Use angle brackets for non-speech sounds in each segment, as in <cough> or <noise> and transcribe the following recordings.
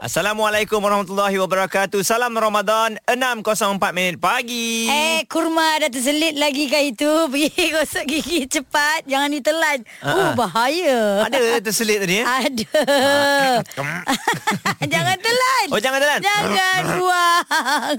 Assalamualaikum warahmatullahi wabarakatuh. Salam Ramadan 6.04 minit pagi. Eh, kurma dah terselit lagi kah itu? <laughs> Pergi gosok gigi cepat. Jangan ditelan. Ah, ah. Uh, bahaya. Ada terselit tadi eh? Ah. Ada. <laughs> Jangan telan. Oh, jangan telan. <laughs> Jangan <laughs> buang.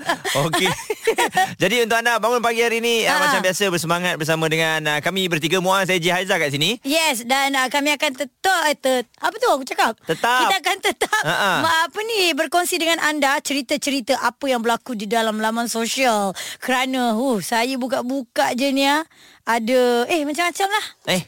Okey. <laughs> Jadi untuk anda bangun pagi hari ini uh, Ah. macam biasa bersemangat bersama dengan uh, kami bertiga Muaz Eji Haiza kat sini. Yes, dan uh, kami akan tetap eh, ter, apa tu aku cakap? Tetap. Kita akan tetap Ha, ha. ma, apa ni berkongsi dengan anda cerita-cerita apa yang berlaku di dalam laman sosial. Kerana huh saya buka-buka je ni ah. Ada eh macam-macam lah. Eh.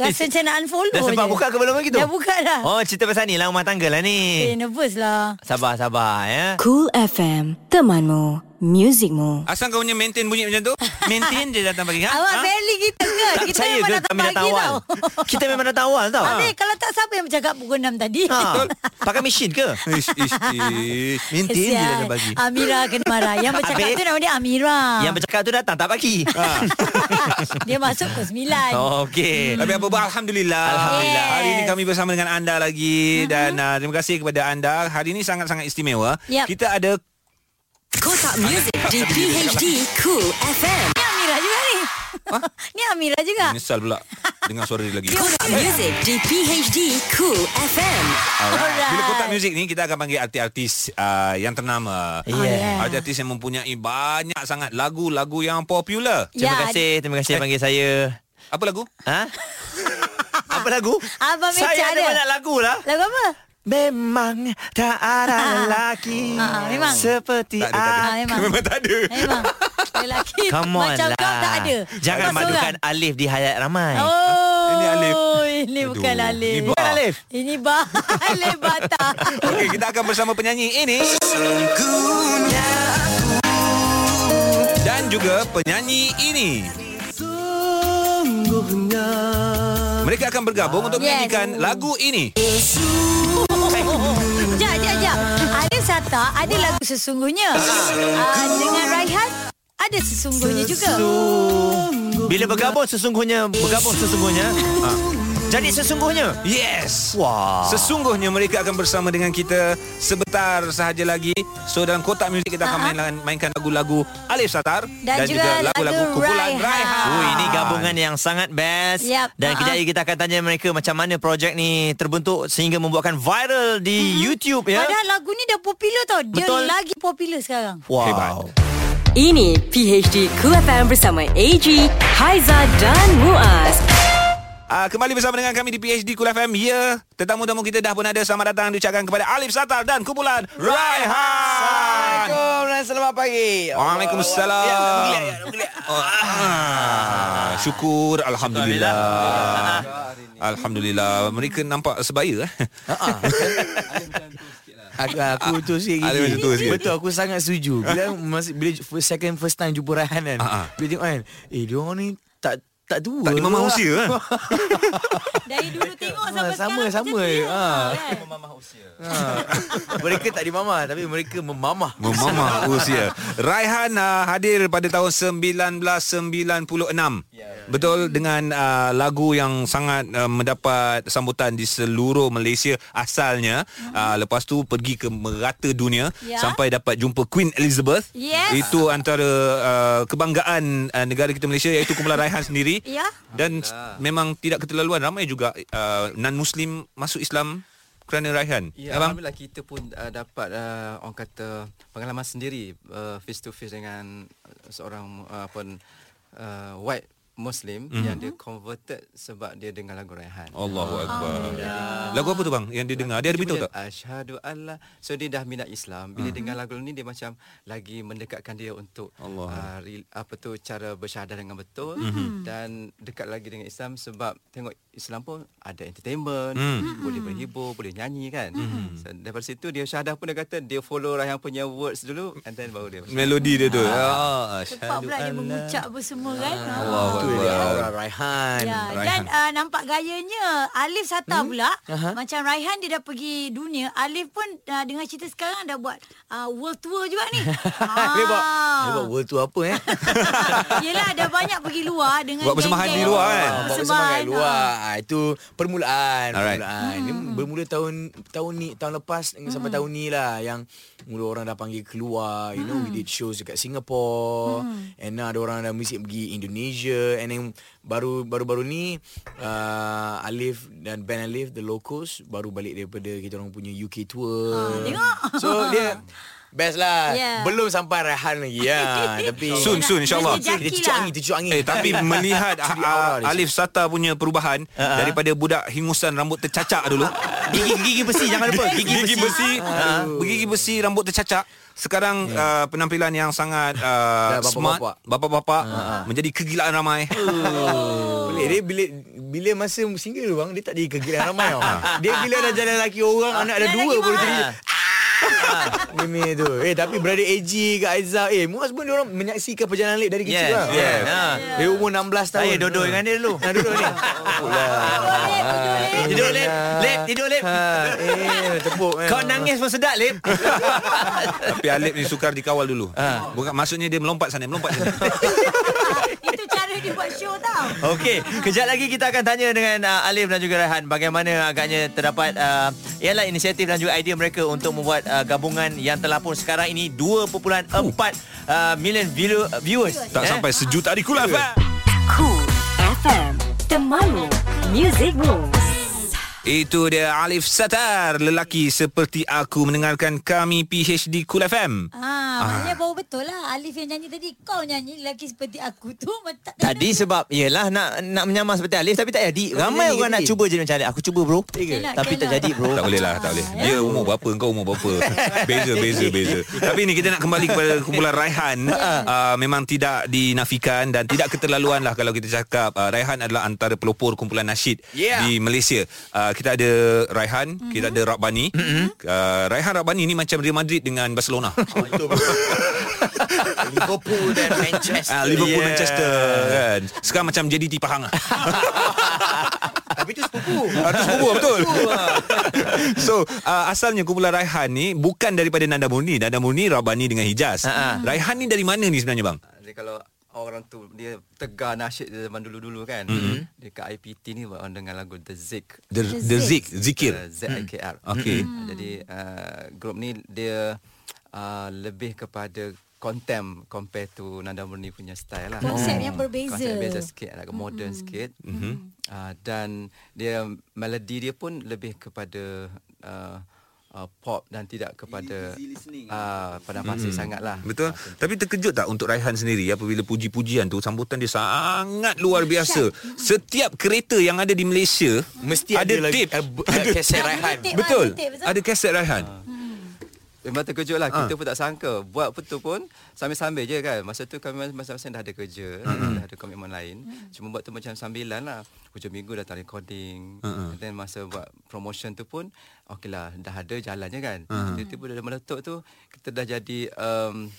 Rasa macam nak unfollow Dah sempat je. buka ke belum lagi tu? Dah buka dah. Oh, cerita pasal ni lah rumah tangga lah Eh, ni. nervous lah. Sabar, sabar ya. Cool FM, temanmu, muzikmu. Asal kau punya maintain bunyi macam tu? Maintain je datang pagi. Ha? Awak Ha? friendly kita ke? Tak kita percaya memang ke datang kami datang pagi awal? tau. Kita memang datang awal tau. Habis kalau tak siapa yang bercakap pukul 6 tadi? Ha. Pakai mesin ke? Ish, ish, ish. Maintain je Kesian. datang pagi. Amira kena marah Yang bercakap Habis? tu nama dia Amira Yang bercakap tu datang Ah, tak <laughs> pagi. Dia masuk pukul 9 Oh. Okey. Tapi apa pun Alhamdulillah Alhamdulillah. Hari ini kami bersama dengan anda lagi Dan uh, terima kasih kepada anda Hari ini sangat-sangat istimewa Yap. Kita ada Kotak muzik di PHD Cool FM. Ni Amira juga ni <laughs> Ni Amira juga Menyesal pula Dengar suara dia lagi Kotak muzik di PHD Cool FM. Alright. Alright. Bila kotak muzik ni Kita akan panggil artis-artis uh, Yang ternama Ah, Oh, yeah. Artis-artis yang mempunyai Banyak sangat lagu-lagu yang popular Terima Eh. Ya, kasih, terima kasih panggil saya. Apa lagu? Ha? Apa lagu? Abang Mecha Saya ada ada. banyak lagu lah. Lagu apa? Memang tak <laughs> ada lelaki Ah, ah, memang. seperti Tak ada, tak Ah, aku. memang Memang tak ada <laughs> Memang Lelaki Come on Macam lah. kau tak ada Jangan Kau madukan seorang. Alif di hayat ramai. Oh Ini Alif. Ini bukan Aduh, Alif ini Bukan Ba. Alif. Ini ba Alif Bata Okey, kita akan bersama penyanyi ini dan juga penyanyi ini. Mereka akan bergabung untuk Yes. menyanyikan lagu ini. Sekejap, sekejap, sekejap Alif Sata ada lagu sesungguhnya Ah, Dengan Raihan ada sesungguhnya juga Bila bergabung sesungguhnya, bergabung sesungguhnya. ha. Jadi sesungguhnya. Ah. Yes. Wah. Sesungguhnya mereka akan bersama dengan kita sebentar sahaja lagi. So dalam kotak muzik kita akan Ah. mainkan, mainkan lagu-lagu Alif Satar Dan juga lagu-lagu lagu kumpulan Raihan. Raihan. Oh, ini gabungan yang sangat best Ah. Yap, Ah, Dan ha-ha. kejaya kita akan tanya mereka Macam mana projek ni terbentuk Sehingga membuatkan viral di YouTube ya Mm-hmm. Padahal lagu ni dah popular tau Dia Betul. lagi popular sekarang Wow Hebat. Ini PHD Cool FM bersama AG, Haiza dan Muaz. Uh, kembali bersama dengan kami di PHD Kul FM Ya, tetamu-tamu kita dah pun ada Selamat datang diucapkan kepada Alif Satar dan kumpulan Raihan Assalamualaikum dan selamat pagi. Waalaikumsalam. Ya, nak bergeliat, ya, nak bergeliat. ah, Syukur Alhamdulillah Alhamdulillah Mereka nampak sebaya eh? Aku, aku tu sikit Alim gini. macam tu sikit. Betul aku sangat setuju Bila masa, bila first- second first time jumpa Raihan kan Ah, ah. Bila tengok kan Eh dia orang ni tak tak tua lah. Tak dimamah usia <laughs> eh? Dari dulu tengok sampai Ah, Sama sama sekarang macam dia. lah, kan? ha. ha. <laughs> Mereka tak dimamah Tapi mereka memamah <laughs> Oh, Memamah usia Raihan uh, hadir pada tahun 1996 Ya. Betul dengan uh, lagu yang sangat uh, mendapat sambutan di seluruh Malaysia asalnya uh, Lepas tu pergi ke merata dunia Hmm. Ya. Sampai dapat jumpa Queen Elizabeth Yes. Itu antara uh, kebanggaan uh, negara kita Malaysia Iaitu kumpulan Raihan sendiri Ya. Dan s- memang tidak keterlaluan Ramai juga uh, non-Muslim masuk Islam kerana Raihan Ya, Abang? Alhamdulillah kita pun uh, dapat uh, orang kata pengalaman sendiri uh, face to face dengan seorang uh, pun uh, white Muslim mm-hmm. yang dia converted sebab dia dengar lagu Raihan. Ah. Mhm. Allahu akbar. Lagu apa tu bang yang dia dengar? Dia ada beritahu tak? Hmm. Asyhadu Allah. So dia dah minat Islam. Bila dengar lagu ni dia macam lagi mendekatkan dia untuk Allah. Hmm. Uh, re- apa tu cara bersyahadah dengan betul mm-hmm. dan dekat lagi dengan Islam sebab tengok Islam pun ada entertainment, Hmm. mm. boleh berhibur, boleh nyanyi kan. Mm-hmm. Hmm. So, daripada situ dia syahadah pun dia kata dia follow Rayhan punya words dulu and then baru dia. Melodi dia tu. Ah. Ah, Cepat pula dia mengucap apa semua kan Allahu Itu dia Wow. orang Raihan. Ya, Raihan. dan uh, nampak gayanya Alif Sata hmm? pula uh-huh. macam Raihan dia dah pergi dunia, Alif pun uh, dengan cerita sekarang dah buat uh, world tour juga ni. ah. Dia buat Dia buat world tour apa eh? Yelah dah banyak pergi luar dengan Buat bersembahan geng-geng. di luar, kan? Ah, Bawa Bersembahan, semangat luar. Ah, itu permulaan, Alright. permulaan. Ini Hmm. bermula tahun tahun ni, tahun lepas dengan sampai tahun ni lah yang mula orang dah panggil keluar, you know, we Hmm. did shows dekat Singapore. And now ada orang dah music pergi Indonesia and then baru baru-baru ni uh, Alif dan band Alif The Locos baru balik daripada kita orang punya UK tour. Ha, tengok. So dia Best lah Yeah. Belum sampai Rehan lagi <laughs> ya. <laughs> Tapi Soon, soon, insyaAllah. Dia Dia cucuk angin Dia cucuk angin Eh tapi melihat Curi ah, aura dia. Alif Sata punya perubahan uh-huh. daripada budak hingusan rambut tercacak dulu. Gigi gigi besi jangan lupa gigi Gigi besi. besi, ah, gigi besi rambut tercacak. Sekarang uh, penampilan yang sangat Dah uh, bapak-bapak. smart bapak-bapak menjadi kegilaan ramai. <laughs> Pelik Eh, dia bila bila masa single bang dia tak jadi kegilaan ramai tau. Ah. Dia bila dah jalan laki orang anak ada Jalan dua laki baru mahal. jadi. Ah, Mimi tu Eh tapi brother AG Kak Aizah Eh Muaz pun diorang Menyaksikan perjalanan Lip dari kecil Yes, Ah. lah yes. Ha. Yeah. Dia umur 16 tahun Saya dodol dengan dia dulu. Nah duduk ni Tidur lep, lep, tidur lep. ha, Eh tepuk eh. Kau nangis pun sedap lep. tapi Alif ni sukar dikawal dulu. Bukan maksudnya dia melompat sana, melompat sana. Itu cara dia buat show tau. Okey, kejap lagi kita akan tanya dengan uh, Alif dan juga Raihan bagaimana agaknya terdapat uh, ialah inisiatif dan juga idea mereka untuk membuat uh, gabungan yang telah pun sekarang ini 2.4 uh, million view, viewers. tak Eh? sampai sejuta hari kulah. Cool FM Temanmu Music Rules Itu dia Alif Satar Lelaki seperti aku Mendengarkan kami PHD Cool FM Ah, maknanya bawa betul lah Alif yang nyanyi tadi Kau nyanyi lelaki seperti aku tu macam tak Tadi sebab Yelah nak nak menyamar seperti Alif Tapi tak jadi lah, kan Ramai jadi, orang nak jadi. cuba jadi macam Alif Aku cuba bro Cannot, Tapi tak cannot. jadi bro tak boleh lah, tak <laughs> boleh. Dia umur berapa, kau umur berapa. Beza, beza, beza. Tapi ni kita nak kembali kepada kumpulan <laughs> Raihan. Uh, memang tidak dinafikan dan tidak keterlaluan lah kalau kita cakap. Uh, Raihan adalah antara pelopor kumpulan nasyid Yeah. di Malaysia. Uh, kita ada Raihan, kita ada Rabbani. Mm-hmm. Uh, Raihan Rabbani ni macam Real Madrid dengan Barcelona. Liverpool dan Manchester Ah, Liverpool, Yeah. Manchester kan. Sekarang macam JDT Pahang lah. <laughs> Tapi tu sepupu lah. Atas kubur Ah, betul. <laughs> so, uh, asalnya kumpulan Raihan ni bukan daripada Nanda Murni. Nanda Murni Rabani dengan Hijaz. Ha, Ha-ha. Raihan ni dari mana ni sebenarnya bang? Dia kalau orang tu dia tegar nasyid dia zaman dulu-dulu kan. Mm-hmm. Dia kat IPT ni orang dengan lagu The Zik. The, the Zik, Zikir. Uh, ZIKR. Okey. Mm. Jadi uh, grup ni dia uh, lebih kepada contem compare to Nanda Murni punya style lah. Konsep yang berbeza. Konsep beza sikit, lah, agak modern sikit. Mm-hmm. Uh, dan dia melodi dia pun lebih kepada uh, uh, pop dan tidak kepada uh, pada lah. pasir sangatlah. Hmm. lah. Betul. Tapi terkejut tak untuk Raihan sendiri apabila puji-pujian tu sambutan dia sangat luar biasa. Setiap kereta yang ada di Malaysia Mesti ada, ada lagi tip. eh, b- eh, Keset Raihan Tip, Betul. ah, tip, betul. Ada kaset Raihan. Hmm. Memang terkejut lah Ah. Kita pun tak sangka Buat betul pun Sambil-sambil je kan Masa tu kami masa-masa dah ada kerja Dah ada komitmen lain Cuma buat tu macam sambilan lah Hujung minggu datang recording And then masa buat promotion tu pun Okey lah Dah ada jalannya kan Tiba-tiba dah meletup tu Kita dah jadi um, <laughs>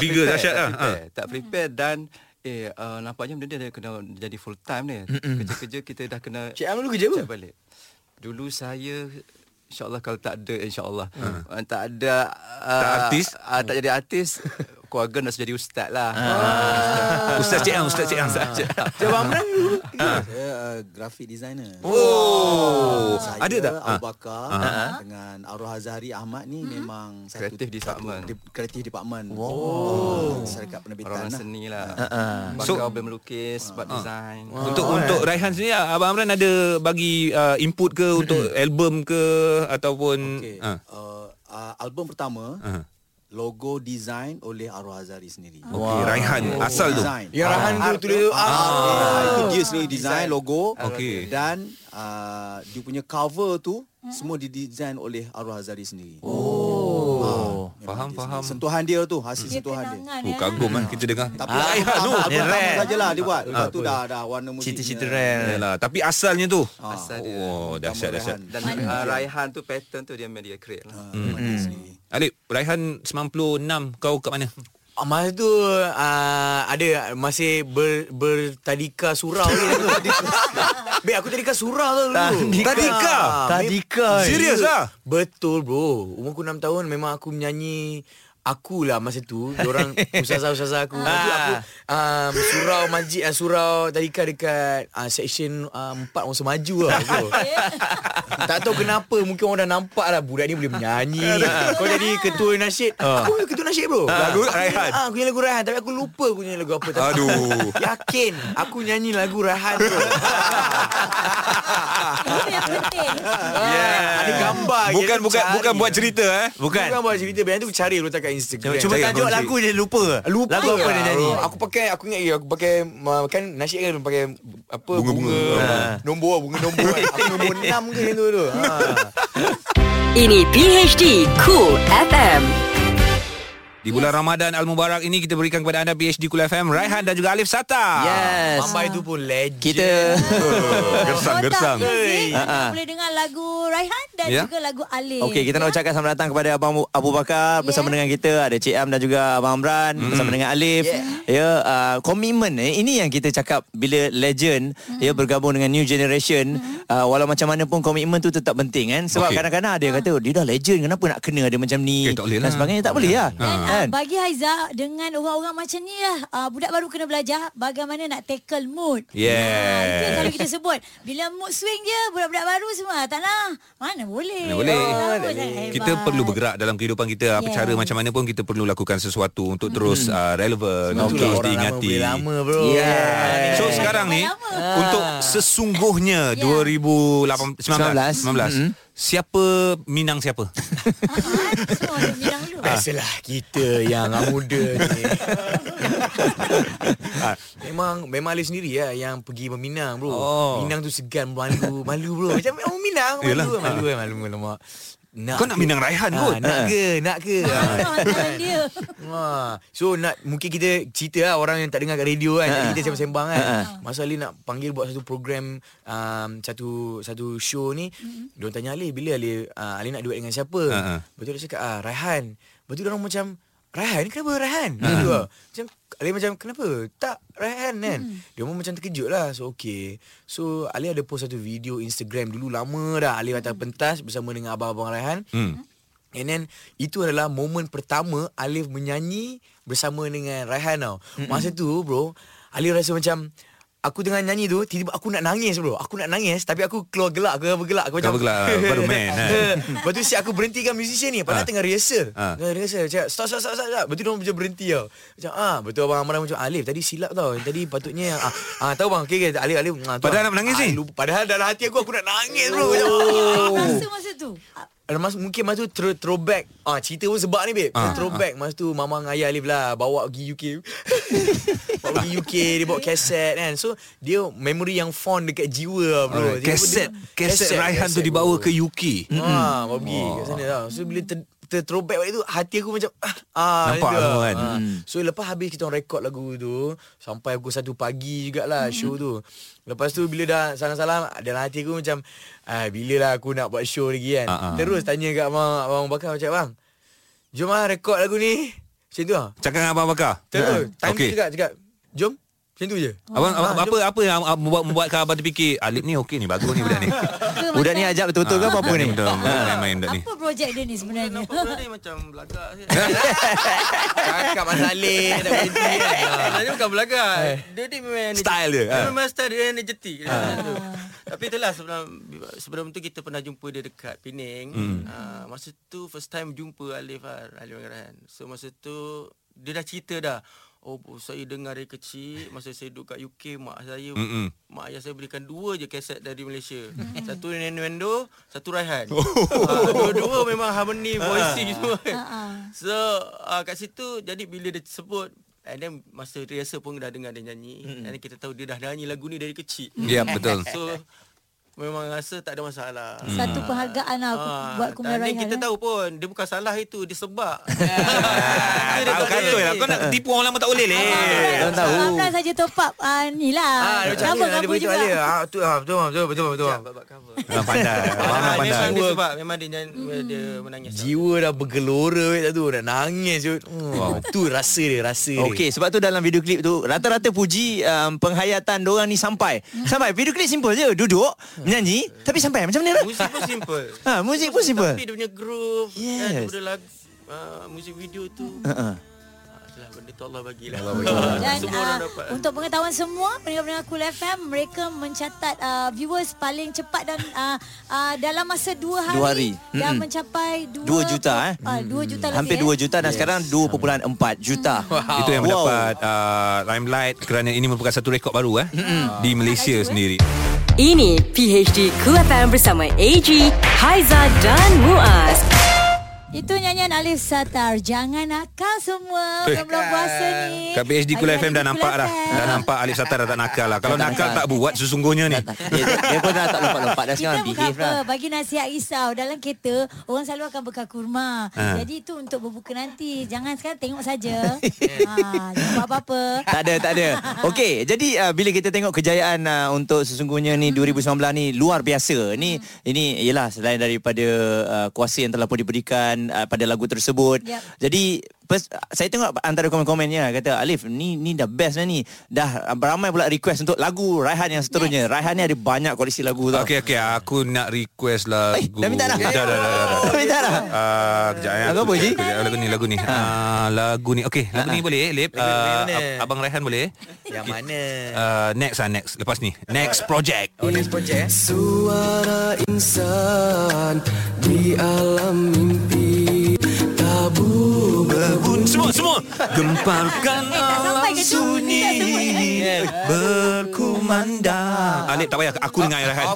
tak figure prepare, dahsyat tak lah. prepare, Tak prepare dan Eh uh, nampaknya benda ni dah kena jadi full time ni Kerja-kerja kita dah kena Cik Am dulu kerja apa? Check balik. Dulu saya InsyaAllah kalau tak ada InsyaAllah uh. Tak ada uh, Ha. Tak artis? uh, Tak jadi artis <laughs> Keluarga nak jadi ustaz lah Ah. Ah. Ustaz Cik Ang, Ustaz Cik Ang. Ustaz Cik Ang. Jawab Amran dulu Saya uh, graphic designer. Oh. Saya, Ada tak? Ah. Hmm? Abu Bakar uh dengan Arwah Azhari Ahmad ni memang satu Kreatif department. satu di- kreatif department. Wow. Syarikat penerbitan Orang lah. Ah. seni lah uh. Ah, So- Bakau boleh melukis Buat design Ah, Ah. Untuk untuk Raihan sendiri ah, Abang Amran ada bagi uh, input ke untuk Hmm. album ke ataupun Okay. ah. Uh, uh, album pertama Ah. logo design oleh Arwah Azhari sendiri. Okey Raihan asal tu. Design. Ya Rahan tu tulis tu ah. Ah, itu dia sendiri design logo Okey. dan uh, dia punya cover tu semua didesign oleh Arwah Azhari sendiri. Oh, Faham, faham. Sentuhan dia tu, hasil Dia sentuhan dia. kenangan Oh, eh. kagum kan kita dengar. oh. Tapi ah, album tu, pertama, dia album pertama rare. sajalah dia buat. Lepas tu dah dah warna musiknya. Ah, Cita-cita rare Ah, Yalah, tapi asalnya tu. Asal dia Oh, dahsyat dahsyat. Hmm. Raihan. Dan uh, Raihan tu pattern tu Dia media create lah Ah, mati sendiri. Alip, Raihan 96 kau kat mana? Ah, Masa tu uh, ada masih ber, bertadika surau ni. Bek aku tadika surau tu dulu. Tadika? Tadika? Ah, Tadika, beb- eh? Serius lah? Betul bro. Umur aku 6 tahun memang aku menyanyi Akulah masa tu Diorang <laughs> Ah. Usazah-usazah aku Lepas tu aku um, Surau masjid uh, Surau tadika dekat uh, Section uh, 4 Orang semaju lah bro. Tak tahu kenapa Mungkin orang dah nampak lah Budak ni boleh <laughs> menyanyi <laughs> Kau jadi ketua nasyid Aku ketua nasyid bro Lagu Aku nyanyi- Raihan. Ah, Aku nyanyi lagu Ah. Raihan Tapi aku lupa aku nyanyi lagu apa Tapi Aduh. <laughs> Yakin Aku nyanyi lagu Raihan <laughs> tu Itu yang penting. Ah, yeah. Ada gambar je, Bukan tu bukan cari. bukan buat cerita eh. Bukan buat cerita Biar tu cari letak kat Instagram Cuma, cuma Cari tajuk aku lagu cari. dia lupa. Lupa Lagu apa dia lah, nyanyi? bro. Aku pakai Aku ingat lagi, Aku pakai uh, Kan nasyid kan pakai Apa Bunga, bunga, Nombor Bunga <laughs> nombor kan. Aku nombor 6 ke yang tu tu ha. Ini PHD Cool FM. Di bulan Ramadan Al-Mubarak ini kita berikan kepada anda PhD Kul FM Raihan dan juga Alif Sata. Yes. Mambai tu pun legend Oh, Kita gersang Kotak gersang. Muzik, Ah, ah. Eh, Kita boleh dengar lagu Raihan dan Ya. juga lagu Kan, Alif. Okey, ya. kita nak ucapkan selamat datang kepada Abang Abu Bakar yeah. bersama dengan kita ada Cik Am dan juga Abang Amran mm. bersama dengan Alif. Yeah. Ya, uh, komitmen eh, ini yang kita cakap bila legend mm. ya bergabung dengan new generation mm. uh, walau macam mana pun komitmen tu tetap penting kan sebab Okey. kadang-kadang ada yang kata oh, dia dah legend kenapa nak kena dia macam ni Eh, tak boleh dan lah. sebagainya tak boleh lah. Dan Ha. ah, Kan? bagi Haiza dengan orang-orang macam ni lah ah, budak baru kena belajar bagaimana nak tackle mood. Yes. Ah, itu yang selalu kita sebut. Bila mood swing je budak-budak baru semua ah, tak nak. Mana boleh. Mana boleh. Tak boleh. Kita ah. perlu bergerak dalam kehidupan kita apa Yes. cara macam mana pun kita perlu lakukan sesuatu untuk Hmm. terus uh, relevan Sebab untuk itulah orang terus lama diingati. boleh lama bro Yeah. So So sekarang sekarang ni Ah. Lama. Ah. untuk sesungguhnya Ya. 19. 2018 19 siapa minang <laughs> siapa? Semua dia bilang dulu. Biasalah kita yang muda <laughs> ni Ah. Memang Memang Alif sendiri lah Yang pergi meminang bro Oh. Minang tu segan Malu Malu bro Macam oh, minang Malu Yelah. ah. Yelah. malu kan Malu malu mak nak Kau nak ke? minang Raihan Ah, kot. Nak ke Nak ke Ah. Ah, tangan <laughs> dia. Ha. So nak mungkin kita cerita lah orang yang tak dengar kat radio Ah. kan. Tadi kita sembang-sembang kan. Masa Ali nak panggil buat satu program um, satu satu show ni, mm-hmm. diorang tanya Ali bila Ali uh, Ali nak duet dengan siapa? Ha, ha. Uh-huh. Betul dia cakap ah Raihan. Betul orang macam Raihan kenapa Raihan? Uh-huh. Gitu lah. Macam Ali macam kenapa? Tak Raihan kan. Dia pun macam terkejut lah. So okay. So Ali ada post satu video Instagram dulu lama dah Ali atas pentas bersama dengan abang-abang Raihan. Hmm. And then itu adalah momen pertama Alif menyanyi bersama dengan Raihan tau. Mm-hmm. Masa tu bro, Alif rasa macam aku tengah nyanyi tu tiba-tiba aku nak nangis bro. Aku nak nangis tapi aku keluar gelak aku bergelak aku macam Eh, <laughs> Kau bergelak, baru main, kan? Lepas tu siap aku berhentikan musician ni padahal Ah. tengah rehearsal. Ah. Tengah rehearsal cakap stop stop stop stop. stop. Lepas tu dia orang macam berhenti tau. Macam ah betul abang Amran macam Alif tadi silap tau. Yang Tadi patutnya yang- ah, ah tahu bang okey okey Alif Alif. Ah, tu bang. Padahal nak menangis ni? Ah, lupa. Padahal dalam hati aku aku nak nangis bro. Macam, "Ah, Oh. Rasa masa tu. ada Mas, mungkin masa tu throw, throwback ah, Cerita pun sebab ni babe Ah. ah, Throwback masa tu Mama dengan ayah Alif lah Bawa pergi UK <laughs> Bawa pergi UK Dia bawa kaset kan So dia memory yang fond dekat jiwa lah bro Alright, Dia- Kaset dia- kaset Raihan tu kaset, dibawa bro. ke UK. Ah, bawa pergi kat sana tau So bila ter, ter throwback balik tu Hati aku macam ah, ah, Nampak macam tu semua lah. kan? ah. So lepas habis kita orang record lagu tu Sampai pukul 1 pagi jugalah show tu Lepas tu bila dah salam-salam Dalam hati aku macam ah, Bila lah aku nak buat show lagi kan Ah, ah. Terus tanya kat abang, abang Bakar macam Bang Jom lah rekod lagu ni Macam tu lah Cakap dengan abang Bakar. Terus Ah, Time okey. tu cakap, cakap Jom Macam tu je Abang, abang Ah, apa apa yang ab- membuat membuatkan abang terfikir Alip ni okey ni bagus ni budak ni. Ke Budak ni macam- ajak betul-betul ke Ah, apa-apa budak ni? <laughs> Betul main-main budak ni. Apa projek dia ni sebenarnya? <laughs> Ni macam belagak je. Cakap Ah, masalah <laughs> Alif Tak berhenti kan Sebenarnya bukan belagak. Eh. Dia ni memang Style dia, Ah. Dia ha. memang style dia energetik. Tapi itulah sebelum sebelum tu kita pernah jumpa dia dekat Penang. Hmm. Ah, masa tu first time jumpa Alif lah, Alif Anggaran. So masa tu dia dah cerita dah. Oh saya dengar dari kecil Masa saya duduk kat UK Mak saya Mm-mm. Mak ayah saya belikan dua je kaset dari Malaysia Satu Nendo Satu Raihan Oh. Ah, Dua-dua memang harmony Ah. Voicing semua kan. So uh, kat situ jadi bila dia sebut and then masa rehearsal pun dah dengar dia nyanyi mm-hmm. and then kita tahu dia dah nyanyi lagu ni dari kecil. Ya betul. So memang rasa tak ada masalah. Ah, Mm. Satu penghargaan lah aku buat dan Kumpulan ni Raihan. kita eh. tahu pun dia bukan salah itu dia sebab. Ah, Dia dah tahu tak betul lah. Ah, Kau nak tipu orang lama tak boleh leh. tak tahu. Abang saja top up ah, ni lah. Ah, dia macam Cover ni, dia kamu beritahu juga. Ali. Ah, tu ah, betul betul betul betul. Babak cover. Ah, pandai. <laughs> Ah, Abang ah, pandai. memang dia sebab memang dia, nyanyi, dia Mm. menangis. Jiwa dah bergelora weh tak tu dah nangis tu. <laughs> Wow. Tu rasa dia, rasa dia. Okey, sebab tu dalam video klip tu rata-rata puji um, penghayatan diorang ni sampai. Sampai video klip simple je, duduk, menyanyi, tapi sampai macam mana? Muzik pun simple. Ha, muzik pun simple. Tapi dia punya groove, kan, Yes. yes. dia punya lagu, ah, uh, muzik video tu. Ha. Itulah benda tu Allah bagilah. <laughs> Dan Ah, Semua uh, orang dapat. untuk pengetahuan semua pendengar-pendengar Cool FM mereka mencatat uh, viewers paling cepat dan uh, uh, dalam masa 2 hari, Dua hari. dah Mm-mm. mencapai 2 Dua juta, eh? Uh, 2 juta lebih. Hampir 2 juta dan sekarang 2.4 juta. Wow. Itu yang mendapat uh, limelight kerana ini merupakan satu rekod baru eh di Malaysia sendiri. Ini PHD Cool FM bersama AG, Haiza dan Muaz. Eh. Itu nyanyian Alif Satar. Jangan nakal semua. Eh. Bukan bulan puasa ni. Kat PhD Kul Hari-hari FM dah Cool nampak dah. FM. Dah nampak Alif Satar dah tak nakal lah. Kalau nakal tak buat sesungguhnya ni. Dia, dia pun dah tak lompat-lompat dah Kita sekarang bukan behave apa lah. Bagi nasihat risau Dalam kereta Orang selalu akan bekal kurma Ah. Ha. Jadi itu untuk berbuka nanti Jangan sekarang tengok <laughs> saja ha, Jangan buat apa-apa Tak ada, tak ada. Okey, jadi uh, bila kita tengok kejayaan uh, untuk sesungguhnya ni 2019 ni luar biasa. Ni ini ialah selain daripada uh, kuasa yang telah pun diberikan uh, pada lagu tersebut. Yep. Jadi pers- saya tengok antara komen-komennya kata Alif ni ni dah best dah ni. Dah uh, ramai pula request untuk lagu Raihan yang seterusnya. Raihan ni ada banyak koleksi lagu tau. Okey okey aku nak request lagu. dah minta dah? Dah dah dah. dah, dah. Minta dah? Ah, kejap eh. Lagu apa, Ji? Ha. Kejap, Lagu ni, lagu ni. Ah, lagu ni. Okey, lagu ni boleh, Lip. Ah, ab- Abang Raihan boleh. Yang mana? Ah, next ah, next. Lepas ni. Next project. Oh, next project. Suara insan di alam mimpi tabu berbunyi Semua, Eh, semua. Eh, Gemparkan Eh, Tak sampai alam ke tu Tak sampai. sunyi berkumandang. Alip Ah, tak payah, aku dengan Raihan.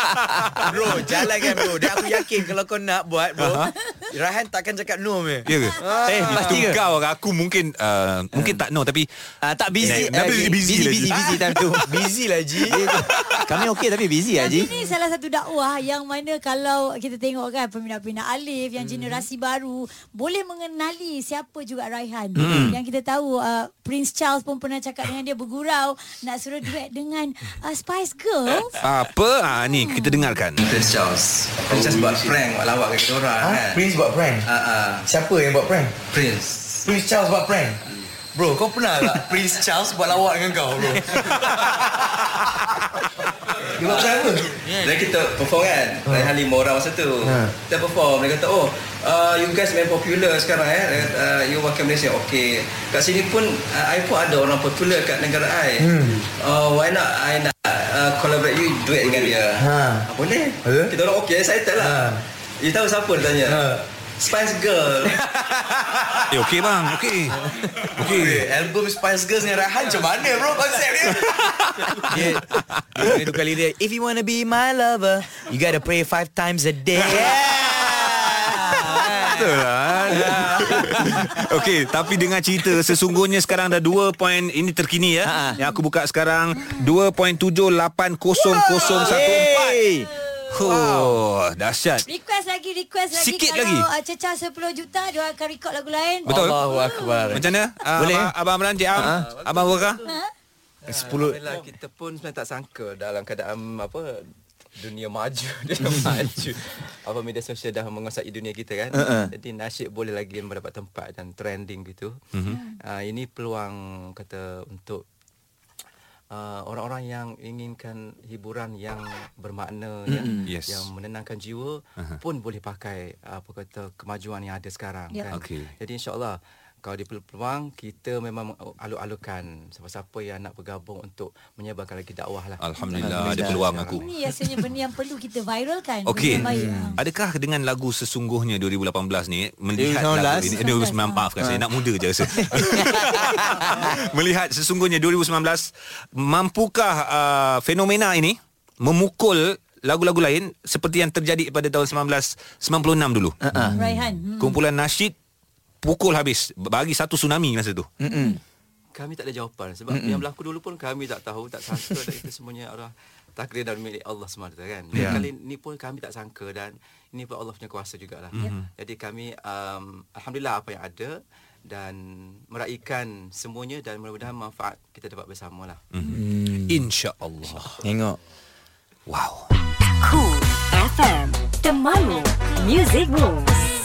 <laughs> bro, jalan kan bro. Dan aku yakin kalau kau nak buat bro, Rahan takkan cakap no meh. Ah. Ya ke? Eh, Itu pasti ke? kau lah. aku mungkin ah, mungkin tak no tapi Ah, tak busy. Dah- dah busy- busy busy, lah, lagi. busy, busy time <laughs> tu. Ya Busy lah Ji. Kami okey tapi busy Tapi Haji. ni salah satu dakwah yang mana kalau kita tengok kan peminat-peminat Alif yang Hmm. generasi baru boleh mengenali siapa juga Raihan. Hmm. Yang kita tahu uh, Prince Charles pun pernah cakap dengan dia bergurau nak suruh duet dengan uh, Spice Girls. apa? Ah ni kita dengarkan. Prince Charles. Prince Charles buat prank, buat lawak kat kita orang kan. Prince buat prank. Ah, ah. Siapa yang buat prank? Prince. Hmm. Prince Charles buat prank. Bro, kau pernah tak <laughs> Prince Charles buat lawak dengan kau, <laughs> bro? Dia buat pasal apa? Dan Ya, kita perform kan Lain hal lima orang masa tu Kita perform Dia kata oh uh, You guys main popular sekarang eh Dia kata, uh, You wakil Malaysia Okay Kat sini pun uh, I pun ada orang popular kat negara I Hmm. uh, Why not I nak uh, Collaborate you Duet dengan dia Hmm. ha. Boleh Kita orang okay Excited lah You tahu siapa dia tanya Spice <laughs> Girl Eh okey bang, okey. Okey. Album Spice Girls dengan Rahan macam mana bro konsep dia? <laughs> dia dia tukar lirik dia, If you wanna be my lover, you gotta pray five times a day. Betul lah. <laughs> Okey, tapi dengan cerita sesungguhnya sekarang dah 2 point ini terkini ya. Ha-ha. Yang aku buka sekarang 2.780014. Hey. Oh, dahsyat. Request lagi, request lagi. Sikit kalau, lagi. Uh, cecah 10 juta, dia orang akan record lagu lain. Betul. Allahu Akbar. Macam mana? Ah, Boleh. Abang, Abang Amran, Cik Am. Abang Waka? Eh, Sepuluh. Eh, Alhamdulillah kita pun sebenarnya tak sangka dalam keadaan apa dunia maju <laughs> dunia maju apa media sosial dah menguasai dunia kita kan uh-uh. jadi nasyid boleh lagi mendapat tempat dan trending gitu Hmm. uh-huh. uh, ini peluang kata untuk uh, orang-orang yang inginkan hiburan yang bermakna ya, Yes. yang menenangkan jiwa uh-huh. pun boleh pakai uh, apa kata kemajuan yang ada sekarang Ya. kan Okey. jadi insyaAllah kalau dia perlu peluang, kita memang alur-alurkan siapa-siapa yang nak bergabung untuk menyebarkan lagi dakwah lah. Alhamdulillah, ada peluang aku. Ini rasanya benda yang perlu kita viralkan. Okey. Benda yang baik. Hmm. Adakah dengan lagu sesungguhnya 2018 ni melihat lagu 2019? ini eh, 2019 maafkan saya nak muda je rasa. melihat sesungguhnya 2019 mampukah uh, fenomena ini memukul lagu-lagu lain seperti yang terjadi pada tahun 1996 dulu. Uh-uh. Raihan. Hmm. Kumpulan nasyid pukul habis bagi satu tsunami masa tu. Kami tak ada jawapan sebab mm yang berlaku dulu pun kami tak tahu, tak sangka dan itu semuanya adalah takdir dan milik Allah SWT kan. Dan Ya. Kali ni pun kami tak sangka Mm-hmm. dan ini pun Allah punya kuasa jugalah. Jadi kami um, alhamdulillah apa yang ada dan meraikan semuanya dan mudah-mudahan manfaat kita dapat bersamalah. InsyaAllah Tengok Wow Cool FM The Malu Music Rules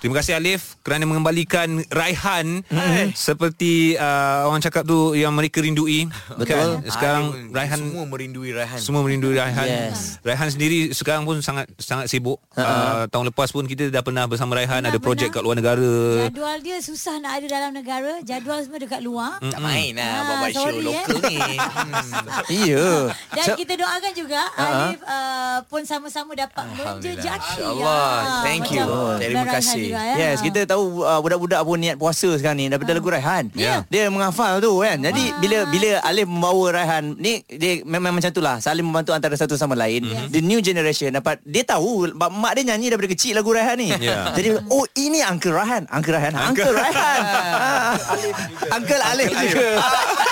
Terima kasih Alif kerana mengembalikan Raihan hmm. seperti uh, orang cakap tu yang mereka rindui. Betul. Kan? Sekarang Aduh, Raihan Ah, Semua merindui Raihan semua merindu Raihan. Yes. Raihan sendiri sekarang pun sangat sangat sibuk. Uh, tahun lepas pun kita dah pernah bersama Raihan Pernah, ada projek pernah. kat luar negara. Jadual dia susah nak ada dalam negara. Jadual semua dekat luar. Hmm. Tak main lah Ah, Bawa show sorry, eh. lokal ni Hmm. Iya. Dan so, kita doakan juga uh-huh. Alif uh, pun sama-sama dapat ya. Ya menjejaki. InsyaAllah. Thank you. Terima kasih. ya. Yes, kita tahu uh, budak-budak pun niat puasa sekarang ni daripada lagu Raihan. Ya. Dia menghafal tu kan. Jadi bila bila Alif membawa Raihan ni dia memang macam itulah saling membantu antara satu sama lain. The new generation dapat dia tahu bab- mak dia nyanyi daripada kecil lagu Raihan ni. Ya. Jadi oh ini Uncle Raihan, Uncle Raihan, Uncle Raihan. Ah. <laughs> Uncle Alif juga.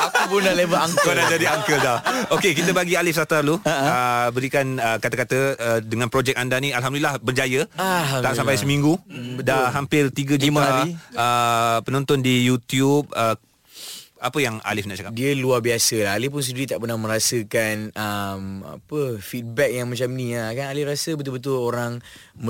Aku pun dah level Kau uncle dah jadi uncle dah. Okey, kita bagi Alif Sata dulu. Ha, Uh, berikan uh, kata-kata uh, dengan projek anda ni alhamdulillah berjaya. Alhamdulillah. Tak sampai seminggu. Dah hampir 3 Hmm, Lima juta hari. uh, penonton di YouTube. Uh, apa yang Alif nak cakap? Dia luar biasa lah Ali pun sendiri tak pernah merasakan um, apa Feedback yang macam ni lah kan Ali rasa betul-betul orang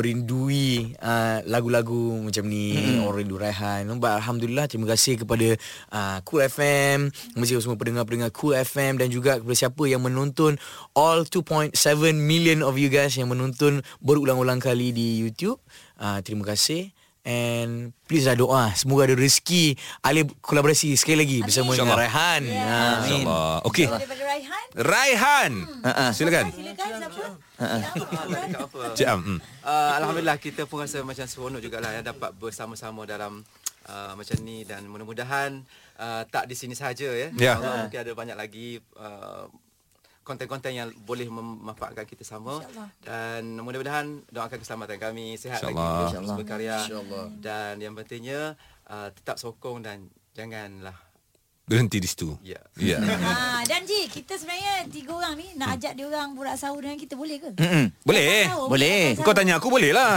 Merindui uh, Lagu-lagu macam ni hmm. Orang rindu Raihan But Alhamdulillah terima kasih kepada uh, Cool FM Mesti semua pendengar-pendengar Cool FM Dan juga kepada siapa yang menonton All 2.7 million of you guys Yang menonton berulang-ulang kali di YouTube uh, Terima kasih And please lah doa Semoga ada rezeki Ali kolaborasi sekali lagi Bersama dengan InsyaAllah. Raihan. Yeah. Yeah. InsyaAllah. Okey. Daripada Raihan. Raihan. Ah, ah. Silakan. Silakan siapa? Tak apa. Cik Am. Hmm. Uh, Alhamdulillah kita pun rasa macam seronok jugalah yang dapat bersama-sama dalam uh, macam ni dan mudah-mudahan uh, tak di sini sahaja ya. Ya. Allah mungkin ada banyak lagi uh, konten-konten yang boleh memanfaatkan kita sama dan mudah-mudahan doakan keselamatan kami sihat InsyaAllah. lagi terus berkarya dan yang pentingnya uh, tetap sokong dan janganlah Berhenti di situ. ya Ya. Ah, dan Ji, kita sebenarnya tiga orang ni Hmm. nak ajak dia orang borak sahur dengan kita boleh ke? Boleh. Sahur, Boleh. makan Kau sahur. tanya aku boleh <laughs> lah.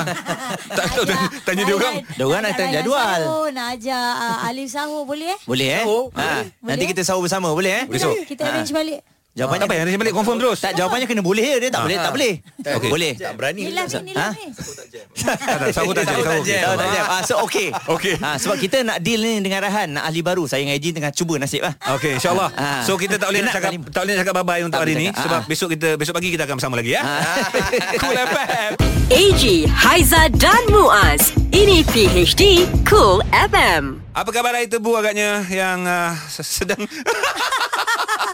tak tahu tanya, tanya dia orang. Dia orang nak tanya jadual. Sahur, nak ajak ah, Alif sahur boleh eh? Boleh eh? Ha, nanti kita sahur bersama boleh eh? Besok. Kita arrange balik. Jawapannya Tak payah nanti balik confirm Ah. terus. Ah. Tak jawapannya kena boleh je dia tak boleh tak boleh. Okey. Boleh. Tak berani Nilam ni, nilam Ah? ni. Tak, tak, sahur tak jadi. Sahur. Tahu tak jam. Ah, so okay. Okey. Ah, sebab kita nak deal ni dengan Rahan, nak ahli baru. Saya dengan Eji tengah cuba nasib lah. Okey, insyaAllah. Ah. So kita tak boleh Kena nak cakap kalim. tak boleh nak cakap bye-bye untuk Tak hari boleh ni cakap. sebab Ah. besok kita besok pagi kita akan bersama lagi ya. cool FM. AG, Haiza dan Muaz Ini PHD Cool FM Apa khabar Air Tebu agaknya yang uh, sedang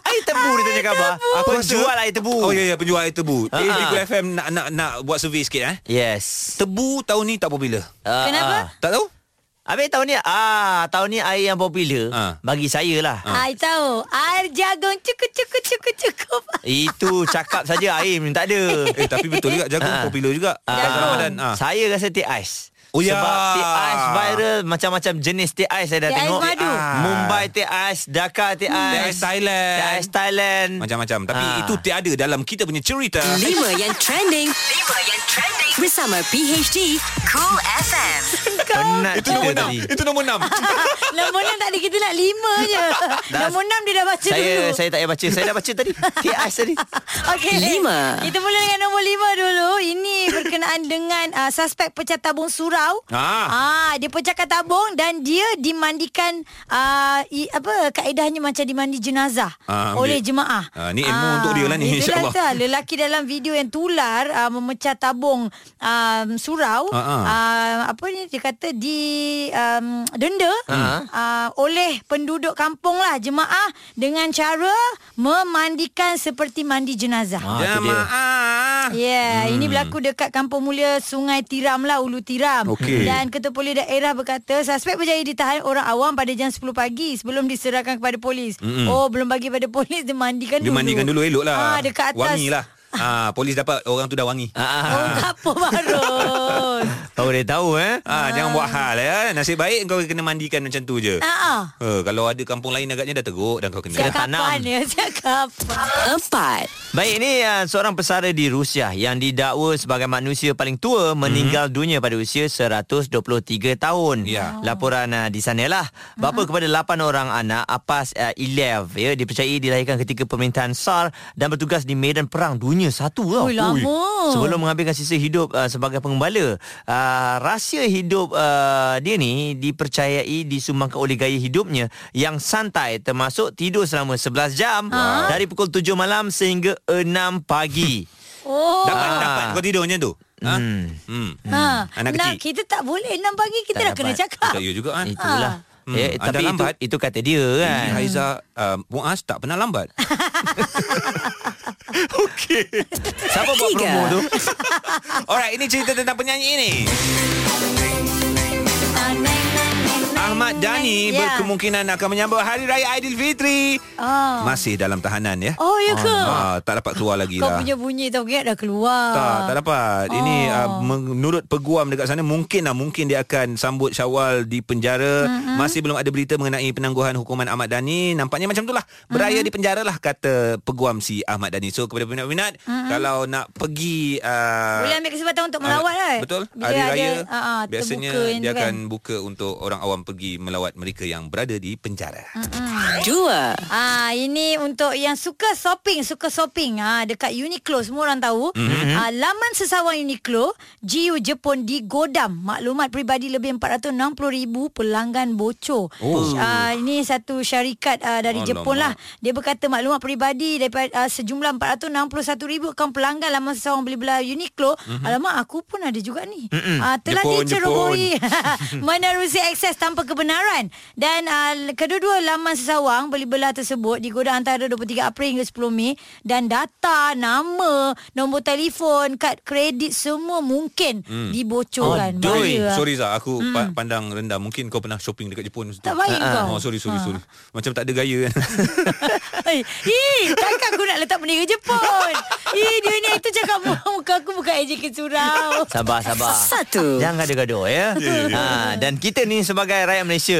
Air tebu dia tanya khabar. Aku jual air tebu. Oh ya ya penjual air tebu. Ah. AG Cool FM nak nak nak buat survey sikit eh. Yes. Tebu tahun ni tak popular. Ah, Kenapa? ah. Tak tahu? Habis tahun ni ah tahun ni air yang popular Ah. bagi saya lah. Ah, I tahu. Air jagung cukup, cukup, cukup, <laughs> cukup. Itu cakap saja air memang tak ada. Eh tapi betul juga jagung Ah. popular juga. Bulan Ramadan. Ah. Saya rasa teh ais. Oh, ya. Sebab teh ais viral macam-macam jenis teh ais saya dah Teh ais tengok. madu. Mumbai teh ais, Dhaka teh ais. Ah. Hmm. Teh ais Thailand. Teh ais Thailand. Macam-macam Tapi Ah. itu tiada dalam kita punya cerita Lima <laughs> yang trending Lima yang trending Bersama PHD Cool <laughs> FM Penat Itu cerita nombor enam tadi. Itu nombor enam Nombor enam tak ada kita nak lima je. Dah. Nombor enam dia dah baca Saya dulu. saya tak payah baca. Saya dah baca tadi. Teh ais tadi. Okey. Ah. Lima. Kita mula dengan nombor lima dulu. Ini berkenaan dengan uh, suspek pecah tabung surau. Ah. ah dia pecahkan tabung dan dia dimandikan uh, i, apa kaedahnya macam dimandi jenazah Ah, ambil. oleh jemaah. Ah, ni ilmu untuk dia lah ni, itulah insyaAllah. tu. Lelaki dalam video yang tular uh, memecah tabung um, surau Ah, ah. uh, apa ni dia kata di um, denda Ah. uh, oleh penduduk kampung lah jemaah dengan cara memandikan seperti mandi jenazah. Ah, itu dia. Jamaah Ya, yeah, hmm. ini berlaku dekat Kampung Mulia Sungai Tiram lah, Ulu Tiram. Okey. Dan Ketua Polis Daerah berkata, suspek berjaya ditahan orang awam pada jam 10 pagi sebelum diserahkan kepada polis. Mm-mm. Oh, belum bagi pada polis, dia mandikan Dia dulu. mandikan dulu elok lah Ah, dekat atas. Ah, Wangi lah Ah, polis dapat orang tu dah wangi. <laughs> Oh, apa baru. Oh dia tahu eh ha, Jangan buat hal eh Nasib baik kau kena mandikan macam tu je Ah, ah. ha, Kalau ada kampung lain agaknya dah teruk Dan kau kena Siap tanam. kapan ya Siap kapan Empat. Baik, ini uh, seorang pesara di Rusia yang didakwa sebagai manusia paling tua Mhm. meninggal dunia pada usia 123 tahun. Ya. Laporan uh, di sanalah. Mhm. Bapa kepada 8 orang anak, Abbas uh, Ilev, ya, dipercayai dilahirkan ketika pemerintahan SAR dan bertugas di medan perang dunia satu tau. Ui, lama. Sebelum menghabiskan sisa hidup uh, sebagai pengembala. Uh, rahsia hidup uh, dia ni dipercayai disumbangkan oleh gaya hidupnya yang santai termasuk tidur selama 11 jam ha? dari pukul 7 malam sehingga 6 pagi. Oh Dapat, Ah. dapat Kau tidur macam tu ha? Hmm. Ha, Anak enam- kecil. Kita tak boleh 6 pagi Kita Tak dah kena dapat. cakap Ya, Tak you juga kan Itulah. Ah. Hmm. Eh, Hmm, tapi anda itu, lambat. itu kata dia kan. Kan. Haiza uh, Muaz tak pernah <laughs> lambat Siapa buat promo tu? Alright ini cerita tentang penyanyi ini Ahmad Dhani Ya. berkemungkinan akan menyambut Hari Raya Aidilfitri Ah. Masih dalam tahanan ya Oh ya ke Ah, tak dapat keluar lagi Kau lah punya bunyi tau Gak dah keluar Tak, tak dapat. Ini Oh. uh, menurut peguam dekat sana mungkinlah mungkin dia akan sambut Syawal di penjara. Mm-hmm. Masih belum ada berita mengenai penangguhan hukuman Ahmad Dhani. Nampaknya macam itulah. Beraya mm-hmm. di penjara lah kata peguam si Ahmad Dhani. So kepada peminat-peminat mm-hmm. kalau nak pergi uh, Boleh ambil kesempatan Untuk melawat Ah, kan Betul. Bila Hari ada, raya ah, ah, terbuka kan. biasanya yang dia tu akan buka untuk orang awam pergi melawat mereka yang berada di penjara. Dua. Ah ini untuk yang suka shopping, suka shopping. Ah dekat Uniqlo semua orang tahu. Mm-hmm. Ah laman sesawan Uniqlo, GU Jepun digodam. Maklumat peribadi lebih 460,000 pelanggan bocor. Oh. Ah ini satu syarikat ah, dari Alamak. Jepun lah. Dia berkata maklumat peribadi daripada ah, sejumlah 461,000 akaun pelanggan laman sesawan beli-beli Uniqlo. Mm-hmm. Alamak aku pun ada juga ni. Hmm. Mm-hmm. Ah telah Jepun, dicerobohi <laughs> <laughs> menerusi akses tanpa kebenaran dan uh, kedua-dua laman sesawang beli belah tersebut digoda antara 23 April hingga 10 Mei dan data nama nombor telefon kad kredit semua mungkin hmm. dibocorkan Aduh, Bahaya lah. Ah, Sorry Zah Aku pa- pandang rendah Mungkin kau pernah shopping Dekat Jepun masa tu. Tak baik Ah, kau. Oh sorry sorry, sorry Macam tak ada gaya kan Ih, takkan aku nak letak bendera Jepun. Ih, dunia itu cakap muka aku bukan ejen ke surau. <laughs> Sabar, sabar. Satu. Jangan gaduh-gaduh ya. Ha, dan kita ni sebagai rakyat Malaysia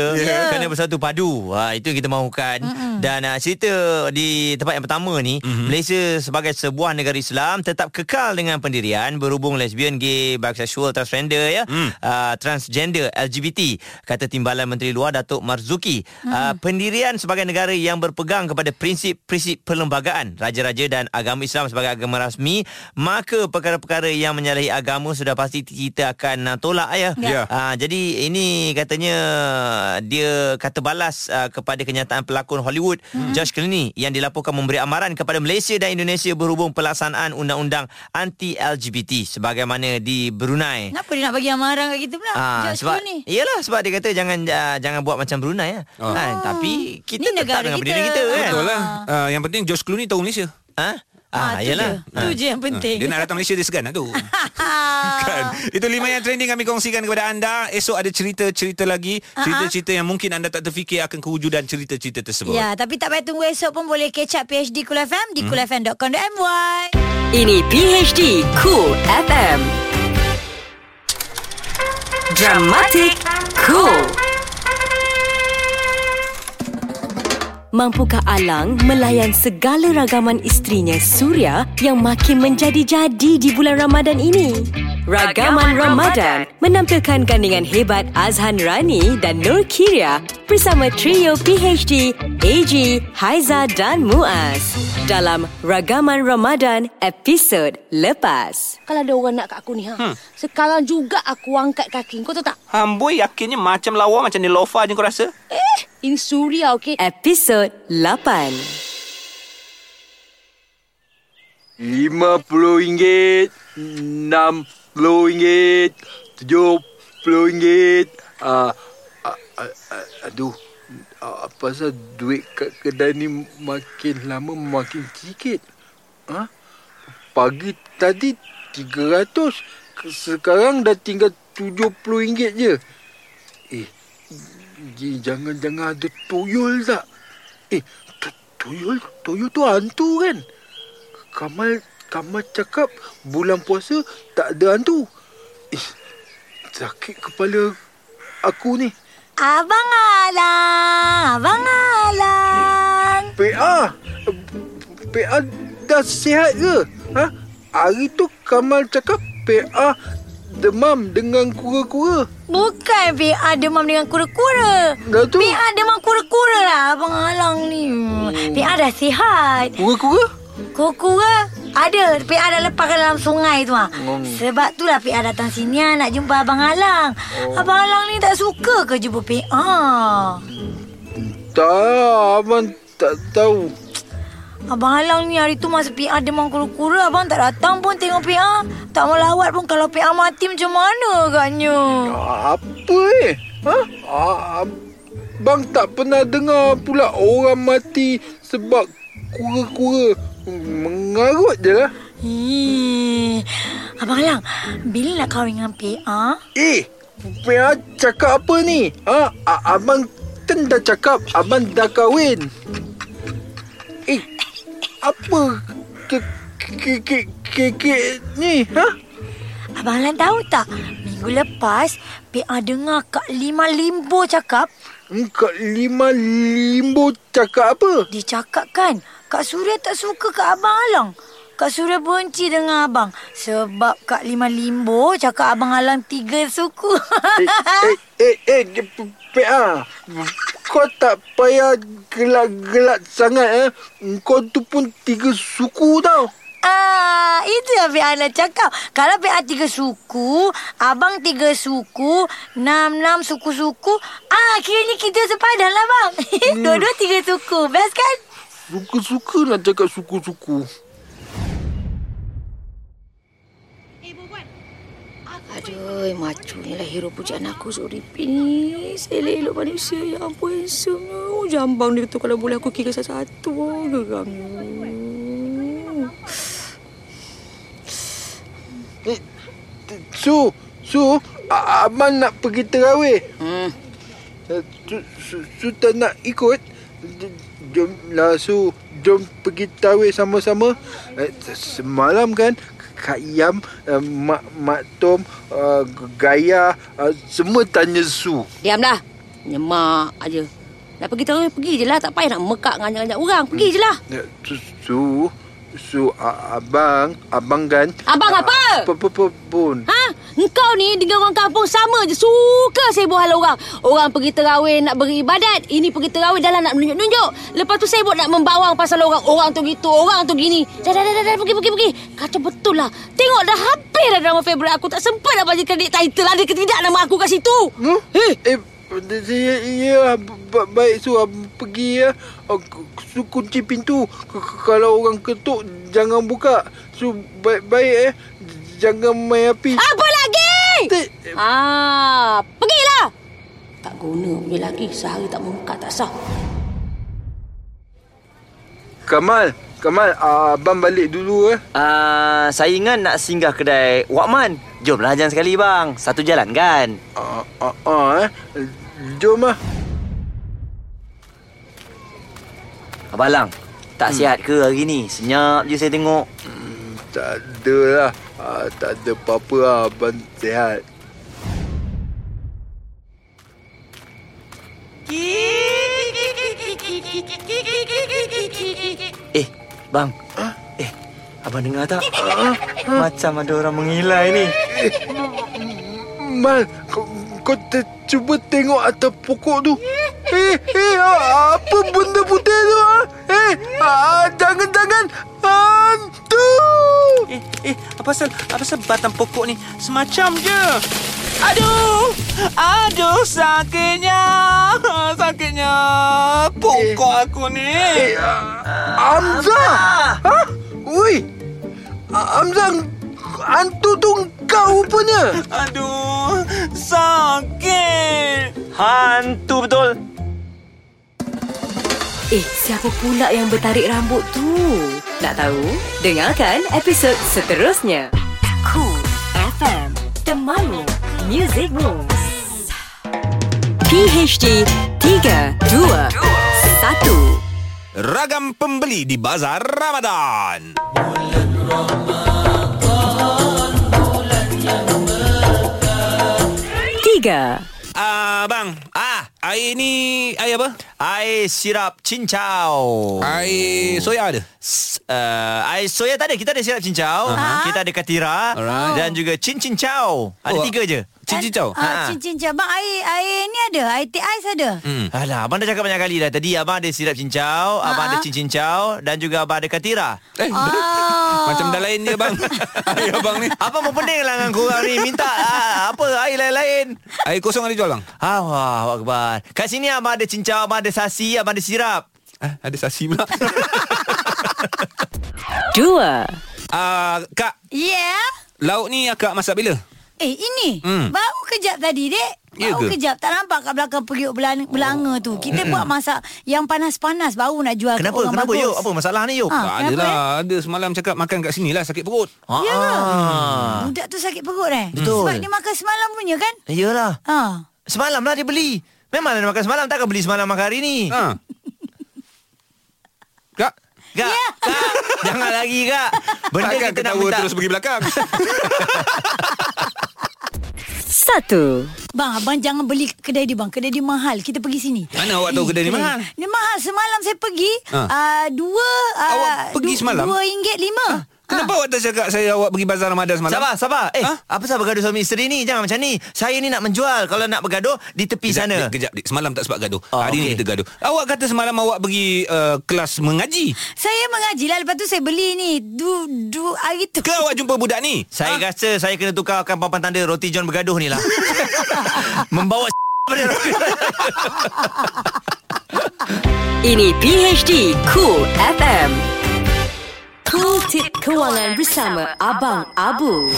yeah. Ya. kena bersatu padu. Ha, itu yang kita mahukan. Mm-hmm. Dan uh, cerita di tempat yang pertama ni, mm-hmm. Malaysia sebagai sebuah negara Islam tetap kekal dengan pendirian berhubung lesbian, gay, bisexual, transgender ya, mm. uh, transgender, LGBT kata Timbalan Menteri Luar Datuk Marzuki. Mm. Uh, pendirian sebagai negara yang berpegang kepada prinsip-prinsip perlembagaan raja-raja dan agama Islam sebagai agama rasmi, maka perkara-perkara yang menyalahi agama sudah pasti kita akan uh, tolak ya. Ya. Ah, jadi ini katanya dia kata balas uh, kepada kenyataan pelakon Hollywood Hmm. mm-hmm. Josh Clooney yang dilaporkan memberi amaran kepada Malaysia dan Indonesia berhubung pelaksanaan undang-undang anti LGBT sebagaimana di Brunei. Kenapa dia nak bagi amaran kat kita pula? Ah, Judge sebab dulu ni. Iyalah sebab dia kata jangan uh, jangan buat macam Brunei ya. Oh. Ha, tapi kita Ni tetap negara dengan kita. Ah. pendiri kita kan. Betul lah uh, Yang penting Josh Clooney tahu Malaysia Ha? Ah. Ah, tu iyalah. je. Tu je yang penting. Ah. Dia nak datang Malaysia dia segan lah tu <laughs> kan? Itu lima yang trending kami kongsikan kepada anda Esok ada cerita-cerita lagi Ah, Cerita-cerita yang mungkin anda tak terfikir Akan kewujudan cerita-cerita tersebut Ya, tapi tak payah tunggu esok pun boleh catch up PhD Kul FM di hmm. kulfm.com.my. Ini PHD Cool FM. Dramatic Cool. Mampukah Alang melayan segala ragaman isterinya Surya yang makin menjadi-jadi di bulan Ramadan ini? Ragaman Ramadan menampilkan gandingan hebat Azhan Rani dan Nur Kiria bersama trio PHD, AG, Haiza dan Muaz dalam Ragaman Ramadan episod lepas. Kalau ada orang nak kat aku ni ha. Hmm. Sekarang juga aku angkat kaki. Kau tahu tak? Amboi yakinnya macam lawa macam Nilofa je kau rasa. Eh, ini Suria okey. Episod 8. RM50, RM60, RM70. Ah, ah, ah, ah, aduh, ah, pasal duit kat kedai ni makin lama makin sikit. Ha? Pagi tadi RM300, sekarang dah tinggal RM70 je. Eh, j- jangan-jangan ada tuyul tak? Eh, tu- tuyul, tuyul tu hantu kan? Kamal Kamal cakap bulan puasa tak ada hantu. Eh, Sakit kepala aku ni. Abang Alang, Abang Alang. PA PA dah sihat ke? Ha? Hari tu Kamal cakap PA demam dengan kura-kura. Bukan PA demam dengan kura-kura. Dah tu. PA demam kura-kura lah Abang Alang ni. PA dah sihat. Hmm. Kura-kura? Kura-kura ada. PA dah lepas dalam sungai tu ah. Hmm. Sebab tu lah PA datang sini ah, nak jumpa Abang Alang. Oh. Abang Alang ni tak suka ke jumpa Ah. PA. Tak, Abang tak tahu. Abang Alang ni hari tu masa PA demam kura-kura Abang tak datang pun tengok PA Tak melawat pun kalau PA mati macam mana agaknya Apa eh? Ha? A- Abang tak pernah dengar pula orang mati sebab kura-kura. Mengarut je lah. Ih, Eh, Abang Alang, bila nak kahwin dengan PA? Eh, PA cakap apa ni? Ha? A- Abang kan dah cakap abang dah kahwin. Eh, apa ke ke ke ke, ke ni? Ha? Abang Alang tahu tak? Minggu lepas, PA dengar Kak Lima Limbo cakap Hmm, Kak Lima Limbo cakap apa? Dia cakap kan, Kak Surya tak suka Kak Abang Alang Kak Surya benci dengan Abang Sebab Kak Lima Limbo cakap Abang Alang tiga suku Eh, eh, eh, <laughs> eh, dia p- PA. Kau tak payah gelak-gelak sangat eh. Kau tu pun tiga suku tau. Ah, itu yang Pik Ana cakap. Kalau Pik Ana tiga suku, abang tiga suku, enam-enam suku-suku, ah, kiranya kita sepadan lah, bang. <laughs> Dua-dua tiga suku. Best kan? Suka-suka nak cakap suku-suku. Aduh, macu ni lah hero pujaan aku Zulrifi ni. Selelok manusia yang ampun handsome-nya. Oh, jambang dia tu kalau boleh aku kira satu-satu. Geramnya. Eh, Su, Su, A- Abang nak pergi terawih. Hmm. Su, Su, Su tak nak ikut. J- Jomlah Su, jom pergi terawih sama-sama. Eh, Semalam kan, Kak Yam, eh, Mak, Mak Tom, eh, Gaya, eh, semua tanya Su. Diamlah. Nyemak aja. Nak pergi tahu pergi je lah. Tak payah nak mekak ngajak-ngajak orang. Pergi je lah. Eh, Su, Su, Su a- Abang, Abang kan? Abang apa? Apa-apa pun. Ha? Engkau ni dengan orang kampung sama je. Suka sibuk hal orang. Orang pergi terawih nak beribadat. Ini pergi terawih dalam nak menunjuk-nunjuk. Lepas tu sibuk nak membawang pasal orang. Orang tu gitu, orang tu gini. Dah, dah, dah, dah, dah pergi, pergi, pergi. Kacau betul lah. Tengok dah hampir dah drama favourite aku. Tak sempat nak bagi kredit title. Ada ke tidak nama aku kat situ. Hmm? Eh, eh ya, ya ba- baik Su Ab- pergi ya. Oh, k- Su kunci pintu. K- k- Kalau orang ketuk jangan buka. Su baik-baik eh. J- Jangan main api. Apa lagi? Ah, pergilah. Tak guna punya lagi. Sehari tak mengkat tak sah. Kamal, Kamal ah, abang balik dulu eh. Ah, saya ingat nak singgah kedai Wakman. Jomlah jangan sekali bang. Satu jalan kan? Ah, ah, ah eh. Jom lah. Abang Lang, tak hmm. sihat ke hari ni? Senyap je saya tengok. Hmm, Tak ada lah. Ah, tak ada apa-apa lah. Abang sihat. Eh, bang. Eh, abang dengar tak? Ah, Macam ada orang mengilai ni. Mal, kau, kau te, cuba tengok atas pokok tu. Eh, eh, ah, apa benda putih tu? ah? Eh, ah, jangan-jangan hantu. Eh, eh, apa pasal apa pasal batang pokok ni semacam je. Aduh! Aduh sakitnya. <laughs> Sakitnya pokok aku ni. Eh, Hamzah! Ha? Ui! Ah, Hamzah, hantu tu kau rupanya. Aduh, sakit. Hantu betul. Eh, siapa pula yang bertarik rambut tu? Nak tahu? Dengarkan episod seterusnya. Cool FM, temanmu, muzikmu. PHD 3, 2, 1. Ragam pembeli di Bazar Ramadan. 3. Ah, bang. Ah, air ni ah, air apa? Air sirap cincau. Air soya ada? Uh, air soya tak ada. Kita ada sirap cincau. Ah, Aha. Kita ada katira. Alright. Dan juga cin cincau. Ada Oh, tiga je. Cin cincau? Ha. Ah, cincin cabang air air ni ada. Air teh ais ada. Hmm. Alah, abang dah cakap banyak kali dah. Tadi abang ada sirap cincau, abang ada cin cincau dan juga abang ada katira. Eh, <laughs> Ah. Macam dah lain dia bang. air abang ni. Abang pun pening lah dengan korang ni. Minta ah, apa air lain-lain. Air kosong ada jual bang? Ah, wah, akbar. Kat sini abang ada cincau, abang ada sasi, abang ada sirap. Ah, ada sasi pula. Dua. Ah, kak, Yeah. lauk ni akak masak bila? Eh, ini. Hmm. Baru kejap tadi, Dek. Ya ke? baru Oh. Hmm. kejap. Tak nampak kat belakang periuk belanga, belanga tu. Kita buat masak yang panas-panas baru nak jual Kenapa? ke orang Kenapa, bagus. Yop? Apa masalah ni, Yop? Tak kenapa, adalah. eh? Ada semalam cakap makan kat sini lah sakit perut. Ha. Ya ke? Hmm. Ah. Budak tu sakit perut eh? Betul. Sebab dia makan semalam punya kan? Yelah. Ha. Semalam lah dia beli. Memang dia makan semalam. Takkan beli semalam makan hari ni. Ha. Kak. Kak. Yeah. Kak. Jangan lagi, Kak. Benda Takkan kita nak ketawa minta. terus pergi belakang. Satu. Bang, abang jangan beli kedai dia bang. Kedai dia mahal. Kita pergi sini. Mana awak tahu kedai ni mahal? Dia mahal. Semalam saya pergi. Ha. Ha. Uh, dua. Uh, Awak pergi semalam? Ha. Dua ringgit lima. Kenapa awak tak cakap saya awak pergi bazar Ramadan semalam? Sabar, sabar. Eh, ha? apa sabar bergaduh suami isteri ni? Jangan macam ni. Saya ni nak menjual. Kalau nak bergaduh, di tepi Kejap, sana. dik, Kejap, dik. Semalam tak sebab gaduh. Oh, Hari okey. ni kita gaduh. Awak kata semalam awak pergi uh, kelas mengaji. Saya mengaji lah. Lepas tu saya beli ni. Du, du, hari tu. Ke awak jumpa budak ni? Saya ha? rasa saya kena tukarkan papan tanda roti John bergaduh ni lah. Membawa <laughs> pada roti. Ini PHD Cool FM. Cool tip kewangan bersama Abang Abu.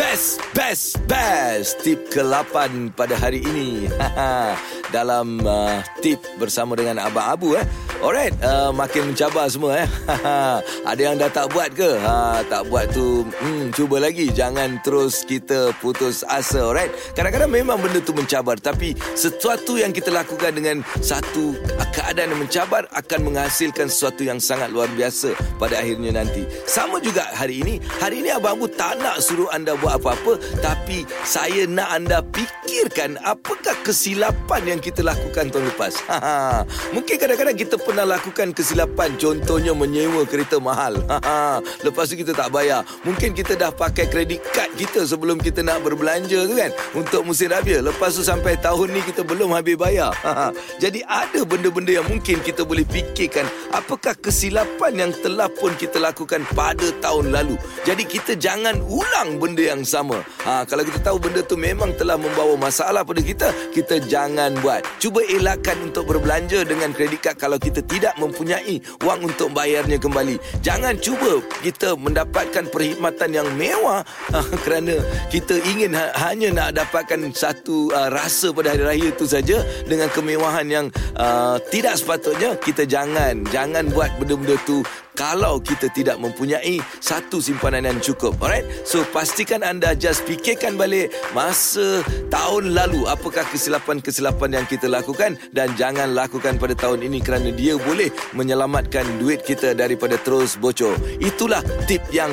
Best, best, best Tip ke-8 pada hari ini <laughs> Dalam uh, tip bersama dengan Abang Abu eh. Alright, uh, makin mencabar semua eh. <laughs> Ada yang dah tak buat ke? Ha, tak buat tu, hmm, cuba lagi Jangan terus kita putus asa Alright, kadang-kadang memang benda tu mencabar Tapi sesuatu yang kita lakukan dengan Satu keadaan yang mencabar Akan menghasilkan sesuatu yang sangat luar biasa Pada akhirnya nanti Sama juga hari ini Hari ini Abang Abu tak nak suruh anda buat apa-apa Tapi saya nak anda fikirkan Apakah kesilapan yang kita lakukan tahun lepas Ha-ha. Mungkin kadang-kadang kita pernah lakukan kesilapan Contohnya menyewa kereta mahal Ha-ha. Lepas tu kita tak bayar Mungkin kita dah pakai kredit kad kita Sebelum kita nak berbelanja tu kan Untuk musim raya Lepas tu sampai tahun ni kita belum habis bayar Ha-ha. Jadi ada benda-benda yang mungkin kita boleh fikirkan Apakah kesilapan yang telah pun kita lakukan pada tahun lalu Jadi kita jangan ulang benda yang sama ha, Kalau kita tahu benda tu memang telah membawa masalah pada kita Kita jangan buat Cuba elakkan untuk berbelanja dengan kredit kad Kalau kita tidak mempunyai wang untuk bayarnya kembali Jangan cuba kita mendapatkan perkhidmatan yang mewah <laughs> ha, Kerana kita ingin ha, hanya nak dapatkan satu uh, rasa pada hari raya itu saja Dengan kemewahan yang uh, tidak sepatutnya Kita jangan Jangan buat benda-benda tu kalau kita tidak mempunyai satu simpanan yang cukup. Alright? So pastikan anda just fikirkan balik masa tahun lalu apakah kesilapan-kesilapan yang kita lakukan dan jangan lakukan pada tahun ini kerana dia boleh menyelamatkan duit kita daripada terus bocor. Itulah tip yang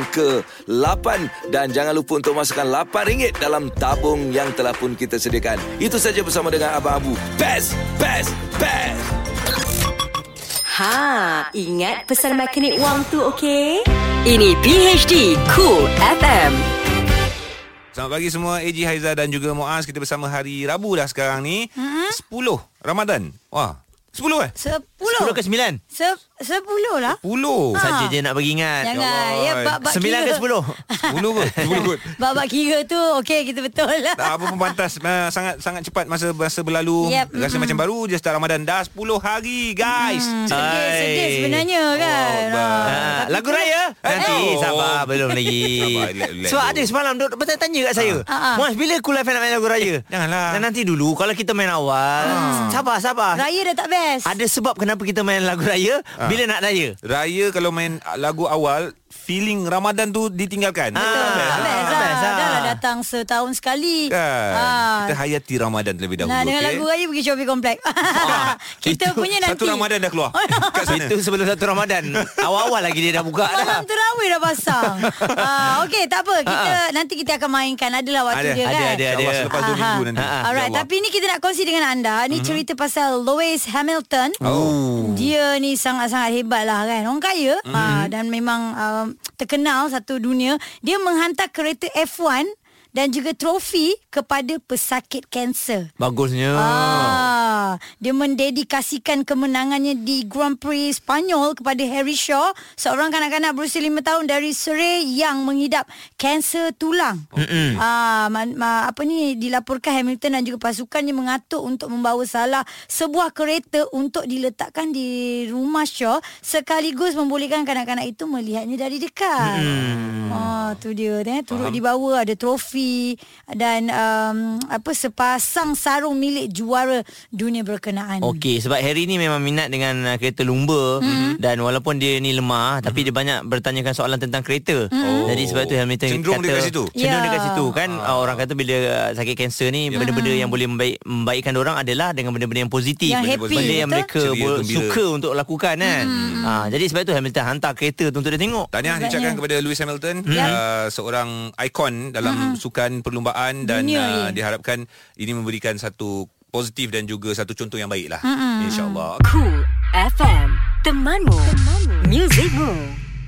ke-8 dan jangan lupa untuk masukkan RM8 dalam tabung yang telah pun kita sediakan. Itu saja bersama dengan Abang Abu. Best, best, best. Ha, ingat pesan mekanik wang tu okey? Ini PHD Cool FM. Selamat pagi semua AJ Haizah dan juga Muaz Kita bersama hari Rabu dah sekarang ni Hmm? 10 Ramadan Wah 10 eh? Sepuluh. Sepuluh ke sembilan? Se- sepuluh lah. 10 Ha. Saja je nak bagi ingat. Jangan. Ya, bab-bab Sembilan kira ke tu- sepuluh? 10 kot <laughs> 10 kot Babak kira tu Okey kita betul lah Tak apa pun pantas uh, sangat sangat cepat masa masa berlalu Yep. rasa Mm-mm. macam baru je start Ramadan dah 10 hari guys Hmm, sedih, sedih sebenarnya kan. Oh, Ah, lagu raya Nanti Eh, Oh. sabar Belum lagi Sabar, relax, relax Sebab dulu. ada semalam Duk bertanya kat saya Ah, ah. Muaz bila Cool FM nak main lagu raya Janganlah Dan nanti dulu Kalau kita main awal Sabar sabar Ah. Raya dah tak best Ada sebab kenapa kita main lagu raya Ah. Bila nak raya Raya kalau main lagu awal Feeling Ramadan tu ditinggalkan Ah, Betul Best lah Dah lah dah datang setahun sekali. Kan? Ah. Kita hayati Ramadan terlebih dahulu. Nah, dengan okey? lagu raya pergi shopping complex. Ah. <laughs> Kita Itu punya nanti. Satu Ramadan dah <laughs> keluar. Kat sana. Itu sebelum satu Ramadan. Awal-awal lagi dia dah buka dah. Ha. Malam terawih dah <laughs> pasang. Ah, okey, tak apa. Kita nanti kita akan mainkan. Adalah waktu Ada, dia ada, kan. ada, Ha, ada. InsyaAllah selepas dua Aha. minggu nanti. Ah, Alright, InsyaAllah. tapi ni kita nak kongsi dengan anda. Ni Mhm. cerita pasal Lois Hamilton. Oh. Hmm. Dia ni sangat-sangat hebat lah kan. Orang kaya Mhm. ah, dan memang um, terkenal satu dunia. Dia menghantar kereta F1 dan juga trofi kepada pesakit kanser. Bagusnya. Ah, dia mendedikasikan kemenangannya di Grand Prix Spanyol kepada Harry Shaw, seorang kanak-kanak berusia 5 tahun dari Surrey yang menghidap kanser tulang. Mm-mm. Ah, man, ma, apa ni dilaporkan Hamilton dan juga pasukannya mengatuk untuk membawa salah sebuah kereta untuk diletakkan di rumah Shaw sekaligus membolehkan kanak-kanak itu melihatnya dari dekat. Hmm. Ah, tu dia eh turut Faham. dibawa ada trofi dan um, apa sepasang sarung milik juara dunia berkenaan. Okey sebab Harry ni memang minat dengan uh, kereta lumba Hmm. mm-hmm. dan walaupun dia ni Hmm. lemah mm-hmm. tapi dia banyak bertanyakan soalan tentang kereta. Mhm. Mm-hmm. Jadi sebab tu Hamilton Oh. Cenderung kata dia kat situ? Cenderung yeah. Ya. dekat situ kan ah. orang kata bila uh, sakit kanser ni Ya. benda-benda Mhm. yang boleh membaik, membaikkan orang adalah dengan benda-benda yang positif. Hmm. Yang benda happy, benda yang betul? Hmm. mereka Ceria, bo- gembira. suka untuk lakukan kan. Mm-hmm. Ah jadi sebab tu Hamilton hantar kereta tu untuk dia tengok. Tahniah diucapkan kepada Lewis Hamilton Hmm. Ya. uh, seorang ikon dalam sukan perlumbaan dan Dunia uh, ni. diharapkan ini memberikan satu positif dan juga satu contoh yang baik lah Hmm. Mm-mm. insyaallah. Cool FM Temanmu, Temanmu. Muzikmu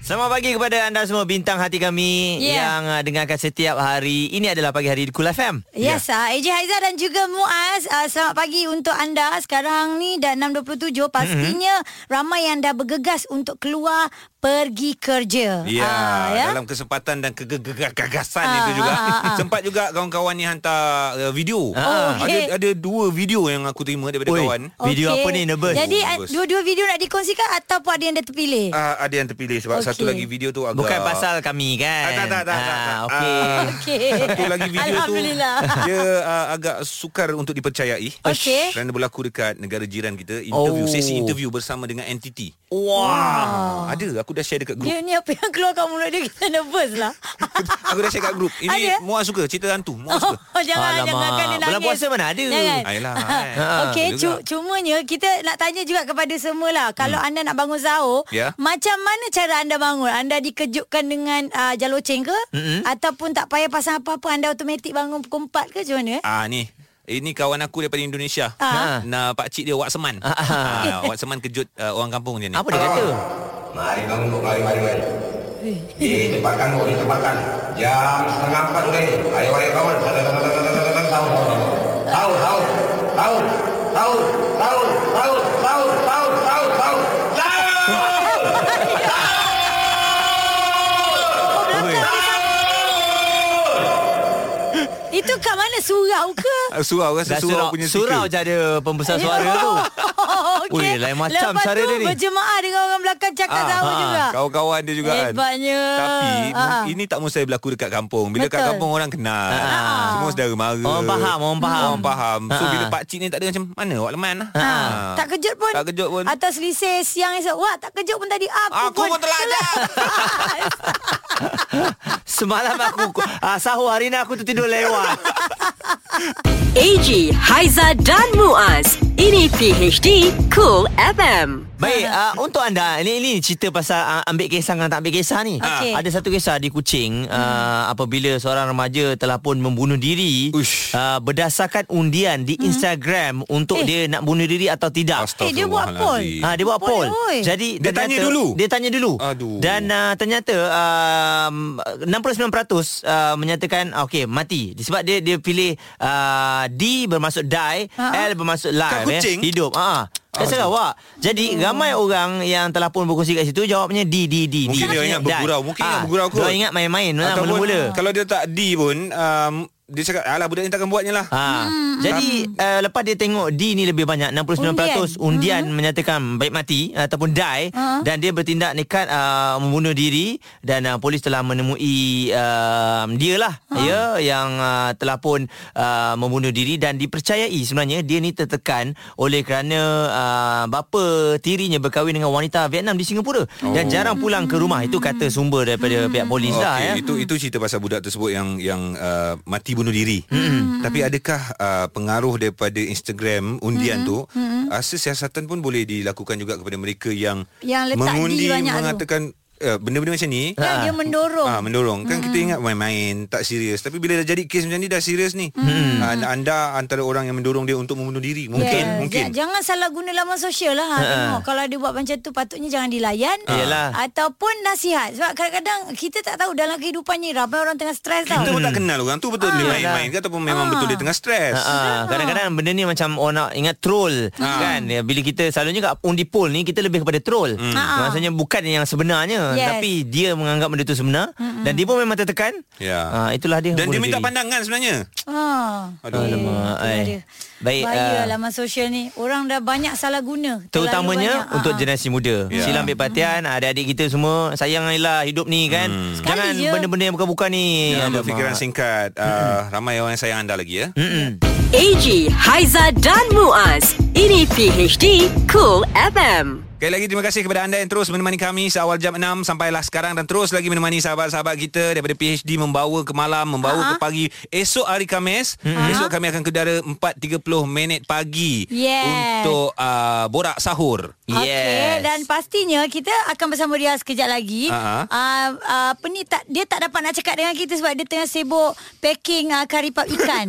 Selamat pagi kepada anda semua bintang hati kami Yeah. yang uh, dengarkan setiap hari. Ini adalah pagi hari di Kul FM. Yes, Ya. yeah. AJ Haizah dan juga Muaz uh, Selamat pagi untuk anda Sekarang ni dah Mhm. 6.27 Pastinya ramai yang dah bergegas untuk keluar pergi kerja Ya, Ah, yeah, dalam kesempatan dan kegagasan Ah, itu juga ah, ah, ah. <laughs> sempat juga kawan-kawan ni hantar uh, video. Ah. okey. Ada ada dua video yang aku terima daripada Oi, kawan. Okey. Jadi Oh, uh, nervous. dua-dua video nak dikongsikan Ataupun ada yang dah terpilih Ah, ada yang terpilih sebab okay. Okey. satu lagi video tu agak Bukan pasal kami kan. Ah, tak tak tak. Ah, tak, tak. okey. Ah, Okey. Satu lagi video tu Alhamdulillah. dia ah, agak sukar untuk dipercayai. Okey. Kerana berlaku dekat negara jiran kita interview Oh. sesi interview bersama dengan entiti. Wow. Ah, ada aku dah share dekat grup. Dia ni apa yang keluar kat mulut dia Kita nervous lah Aku dah share kat grup. Ada? Ini muak suka cerita hantu. Muak <laughs> Oh, suka. jangan, Alamak. jangan dia nangis. Bulan puasa mana ada? Jangan. <laughs> Ayolah. Okey, cu- cumanya kita nak tanya juga kepada semualah. Kalau hmm. anda nak bangun sahur, Ya. macam mana cara anda bangun? Anda dikejutkan dengan uh, jaloceng ke? Mm-mm. Ataupun tak payah pasang apa-apa, anda automatik bangun pukul 4 ke macam mana? eh? Ah ni ini kawan aku daripada Indonesia. Ha. Ah. Nah, pak cik dia Wak Seman. Ah, Wak Seman kejut uh, orang kampung dia ni. Apa dia kata? Mari bangun, Tok. mari, mari, mari. Dicepatkan, Tok, dicepatkan. Jam setengah empat sudah ini. Ayo, ayo, bangun. Sahur, sahur, sahur, sahur, sahur, sahur, sahur, sahur, sahur, sahur, sahur, sahur. Itu kat mana? Surau ke? Ah, Surau rasa Dah surau surau punya Surau speaker. je ada pembesar Eh, suara tu. <laughs> Okey. Ui, lain macam Oh, Lepas cara tu dia ni. berjemaah dengan orang belakang cakap Ah, sahur ah, juga. Kawan-kawan dia juga kan. Hebatnya. Tapi Ah. uh ini tak mustahil berlaku dekat kampung. Bila kat Betul. kampung orang kenal. Ah. Semua saudara mara. Hmm. Orang faham, orang faham. Orang faham. So Ah. bila pak cik ni tak ada macam mana awak leman lah. Ha. Tak kejut pun. Tak kejut pun. Atau selisih siang esok. Wah, tak kejut pun tadi. Aku, aku pun, pun telah <laughs> Semalam aku ah, sahur hari ni aku tertidur <laughs> lewat. AG, Haiza dan Muaz Ini PHD Cool FM Baik, uh, untuk anda ini ini cerita pasal uh, ambil kisah dengan tak ambil kisah ni. Ah. Okey. Ada satu kisah di Kuching Hmm. uh, apabila seorang remaja telah pun membunuh diri uh, berdasarkan undian di Instagram untuk Hmm. dia Eh. nak bunuh diri atau tidak. Eh, dia buat poll. Astaghfirullahalazim. Ha, dia buat Poll, poll. oi. Jadi Dia tanya dulu. Dia tanya dulu. Aduh. Dan uh, ternyata um, 69% uh, menyatakan ah, okey mati sebab dia dia pilih uh, D bermaksud die, Ha? L bermaksud live Kat Kuching? eh, hidup. Ha. Ah, Kat Aduh. Sarawak. Jadi ramai orang yang telah pun berkongsi kat situ jawabnya D D D. Mungkin D. dia ingat Die. bergurau Mungkin ingat Ah, bergurau kot Dia ingat main-main lah Ataupun mula-mula. Kalau dia tak D pun um, dia cakap alah budak ni takkan buatnya lah. Hmm, Ha. Jadi uh, lepas dia tengok D ni lebih banyak 69% undian, Undian. undian menyatakan baik mati ataupun die Ha. dan dia bertindak nekat uh, membunuh diri dan uh, polis telah menemui uh, dia lah ya yang uh, telah pun uh, membunuh diri dan dipercayai sebenarnya dia ni tertekan oleh kerana uh, bapa tirinya berkahwin dengan wanita Vietnam di Singapura oh. dan jarang pulang ke rumah itu kata sumber daripada pihak polis Okey, lah ya. Itu itu cerita pasal budak tersebut yang yang uh, mati bunuh diri. Hmm, Hmm, Mm-hmm. Tapi adakah uh, pengaruh daripada Instagram Hmm, undian mm-hmm. tu mm-hmm. rasa siasatan pun boleh dilakukan juga kepada mereka yang Yang letak mengundi D banyak tu. mengatakan Uh, benda-benda macam ni Ya, dia mendorong. Ah, mendorong Kan kita ingat main-main Tak serius Tapi bila dah jadi kes macam ni Dah serius ni Hmm. Ah, anda antara orang yang mendorong dia Untuk membunuh diri Mungkin Ya, mungkin. ja- Jangan salah guna laman sosial lah. Ha, Ha. Tengok kalau dia buat macam tu patutnya jangan dilayan Ha. Yelah. ataupun nasihat. Sebab kadang-kadang kita tak tahu dalam kehidupan ni ramai orang tengah stres tau. Kita pun tak kenal orang tu Ah. Betul dia main-main ke Ataupun memang betul dia tengah stres Ha, kadang-kadang benda ni macam orang nak ingat troll kan. Ya, Bila kita selalunya kat undi poll ni kita lebih kepada troll. Ha. Maksudnya bukan yang sebenarnya Yes. tapi dia menganggap benda tu sebenar dan dia pun memang tertekan. Ya. Ha, itulah dia. Dan dia bunuh minta diri. pandangan sebenarnya Ha. Aduh. Alamak. ai. dia. Baik. ah, Bahaya laman sosial ni. Orang dah banyak salah guna. Terlalu Terutamanya banyak. untuk generasi muda Ya. yeah. Sila ambil perhatian Adik-adik kita semua Sayangilah hidup ni kan hmm. Jangan je. benda-benda yang bukan-bukan ni Jangan Alamak. berfikiran Ah, singkat uh, Ramai orang yang sayang anda lagi ya Mm-mm. AG, Haiza dan Muaz. Ini PHD Cool FM. Sekali lagi terima kasih kepada anda yang terus menemani kami seawal jam 6 sampailah sekarang dan terus lagi menemani sahabat-sahabat kita daripada PhD membawa ke malam, membawa uh-huh. ke Ha? pagi. Esok hari Khamis, Hmm. uh-huh. esok kami akan kedara 4.30 minit pagi Yes. untuk uh, borak sahur. Okey Eh, dan pastinya kita akan bersama dia sekejap lagi. Ha. Uh-huh. Uh, uh, apa ni tak dia tak dapat nak cakap dengan kita sebab dia tengah sibuk packing uh, kari pap <laughs> ikan.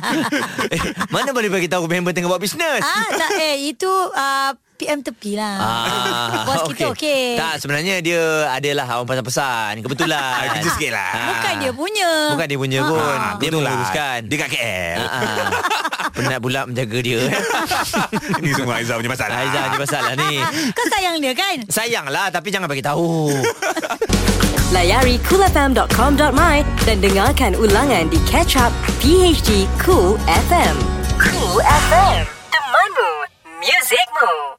<laughs> Mana boleh bagi tahu member tengah buat bisnes ah tak eh itu uh, PM tepi lah. Ah, Bos kita okey. Tak, Ah, sebenarnya dia adalah awam pesan-pesan. Kebetulan. Kerja sikit lah. Bukan dia punya. Bukan dia punya pun. Ah, dia kebetulan. menguruskan. Dia kat KL. Ah, Penat pula menjaga dia. eh. <laughs> <laughs> ah. Ini semua Aizah punya masalah. Aizah punya masalah ni. Kau sayang dia kan? Sayanglah lah, tapi jangan bagi tahu. Layari coolfm.com.my dan dengarkan ulangan di Catch Up PHD Cool FM. Cool FM. Temanmu. Muzikmu.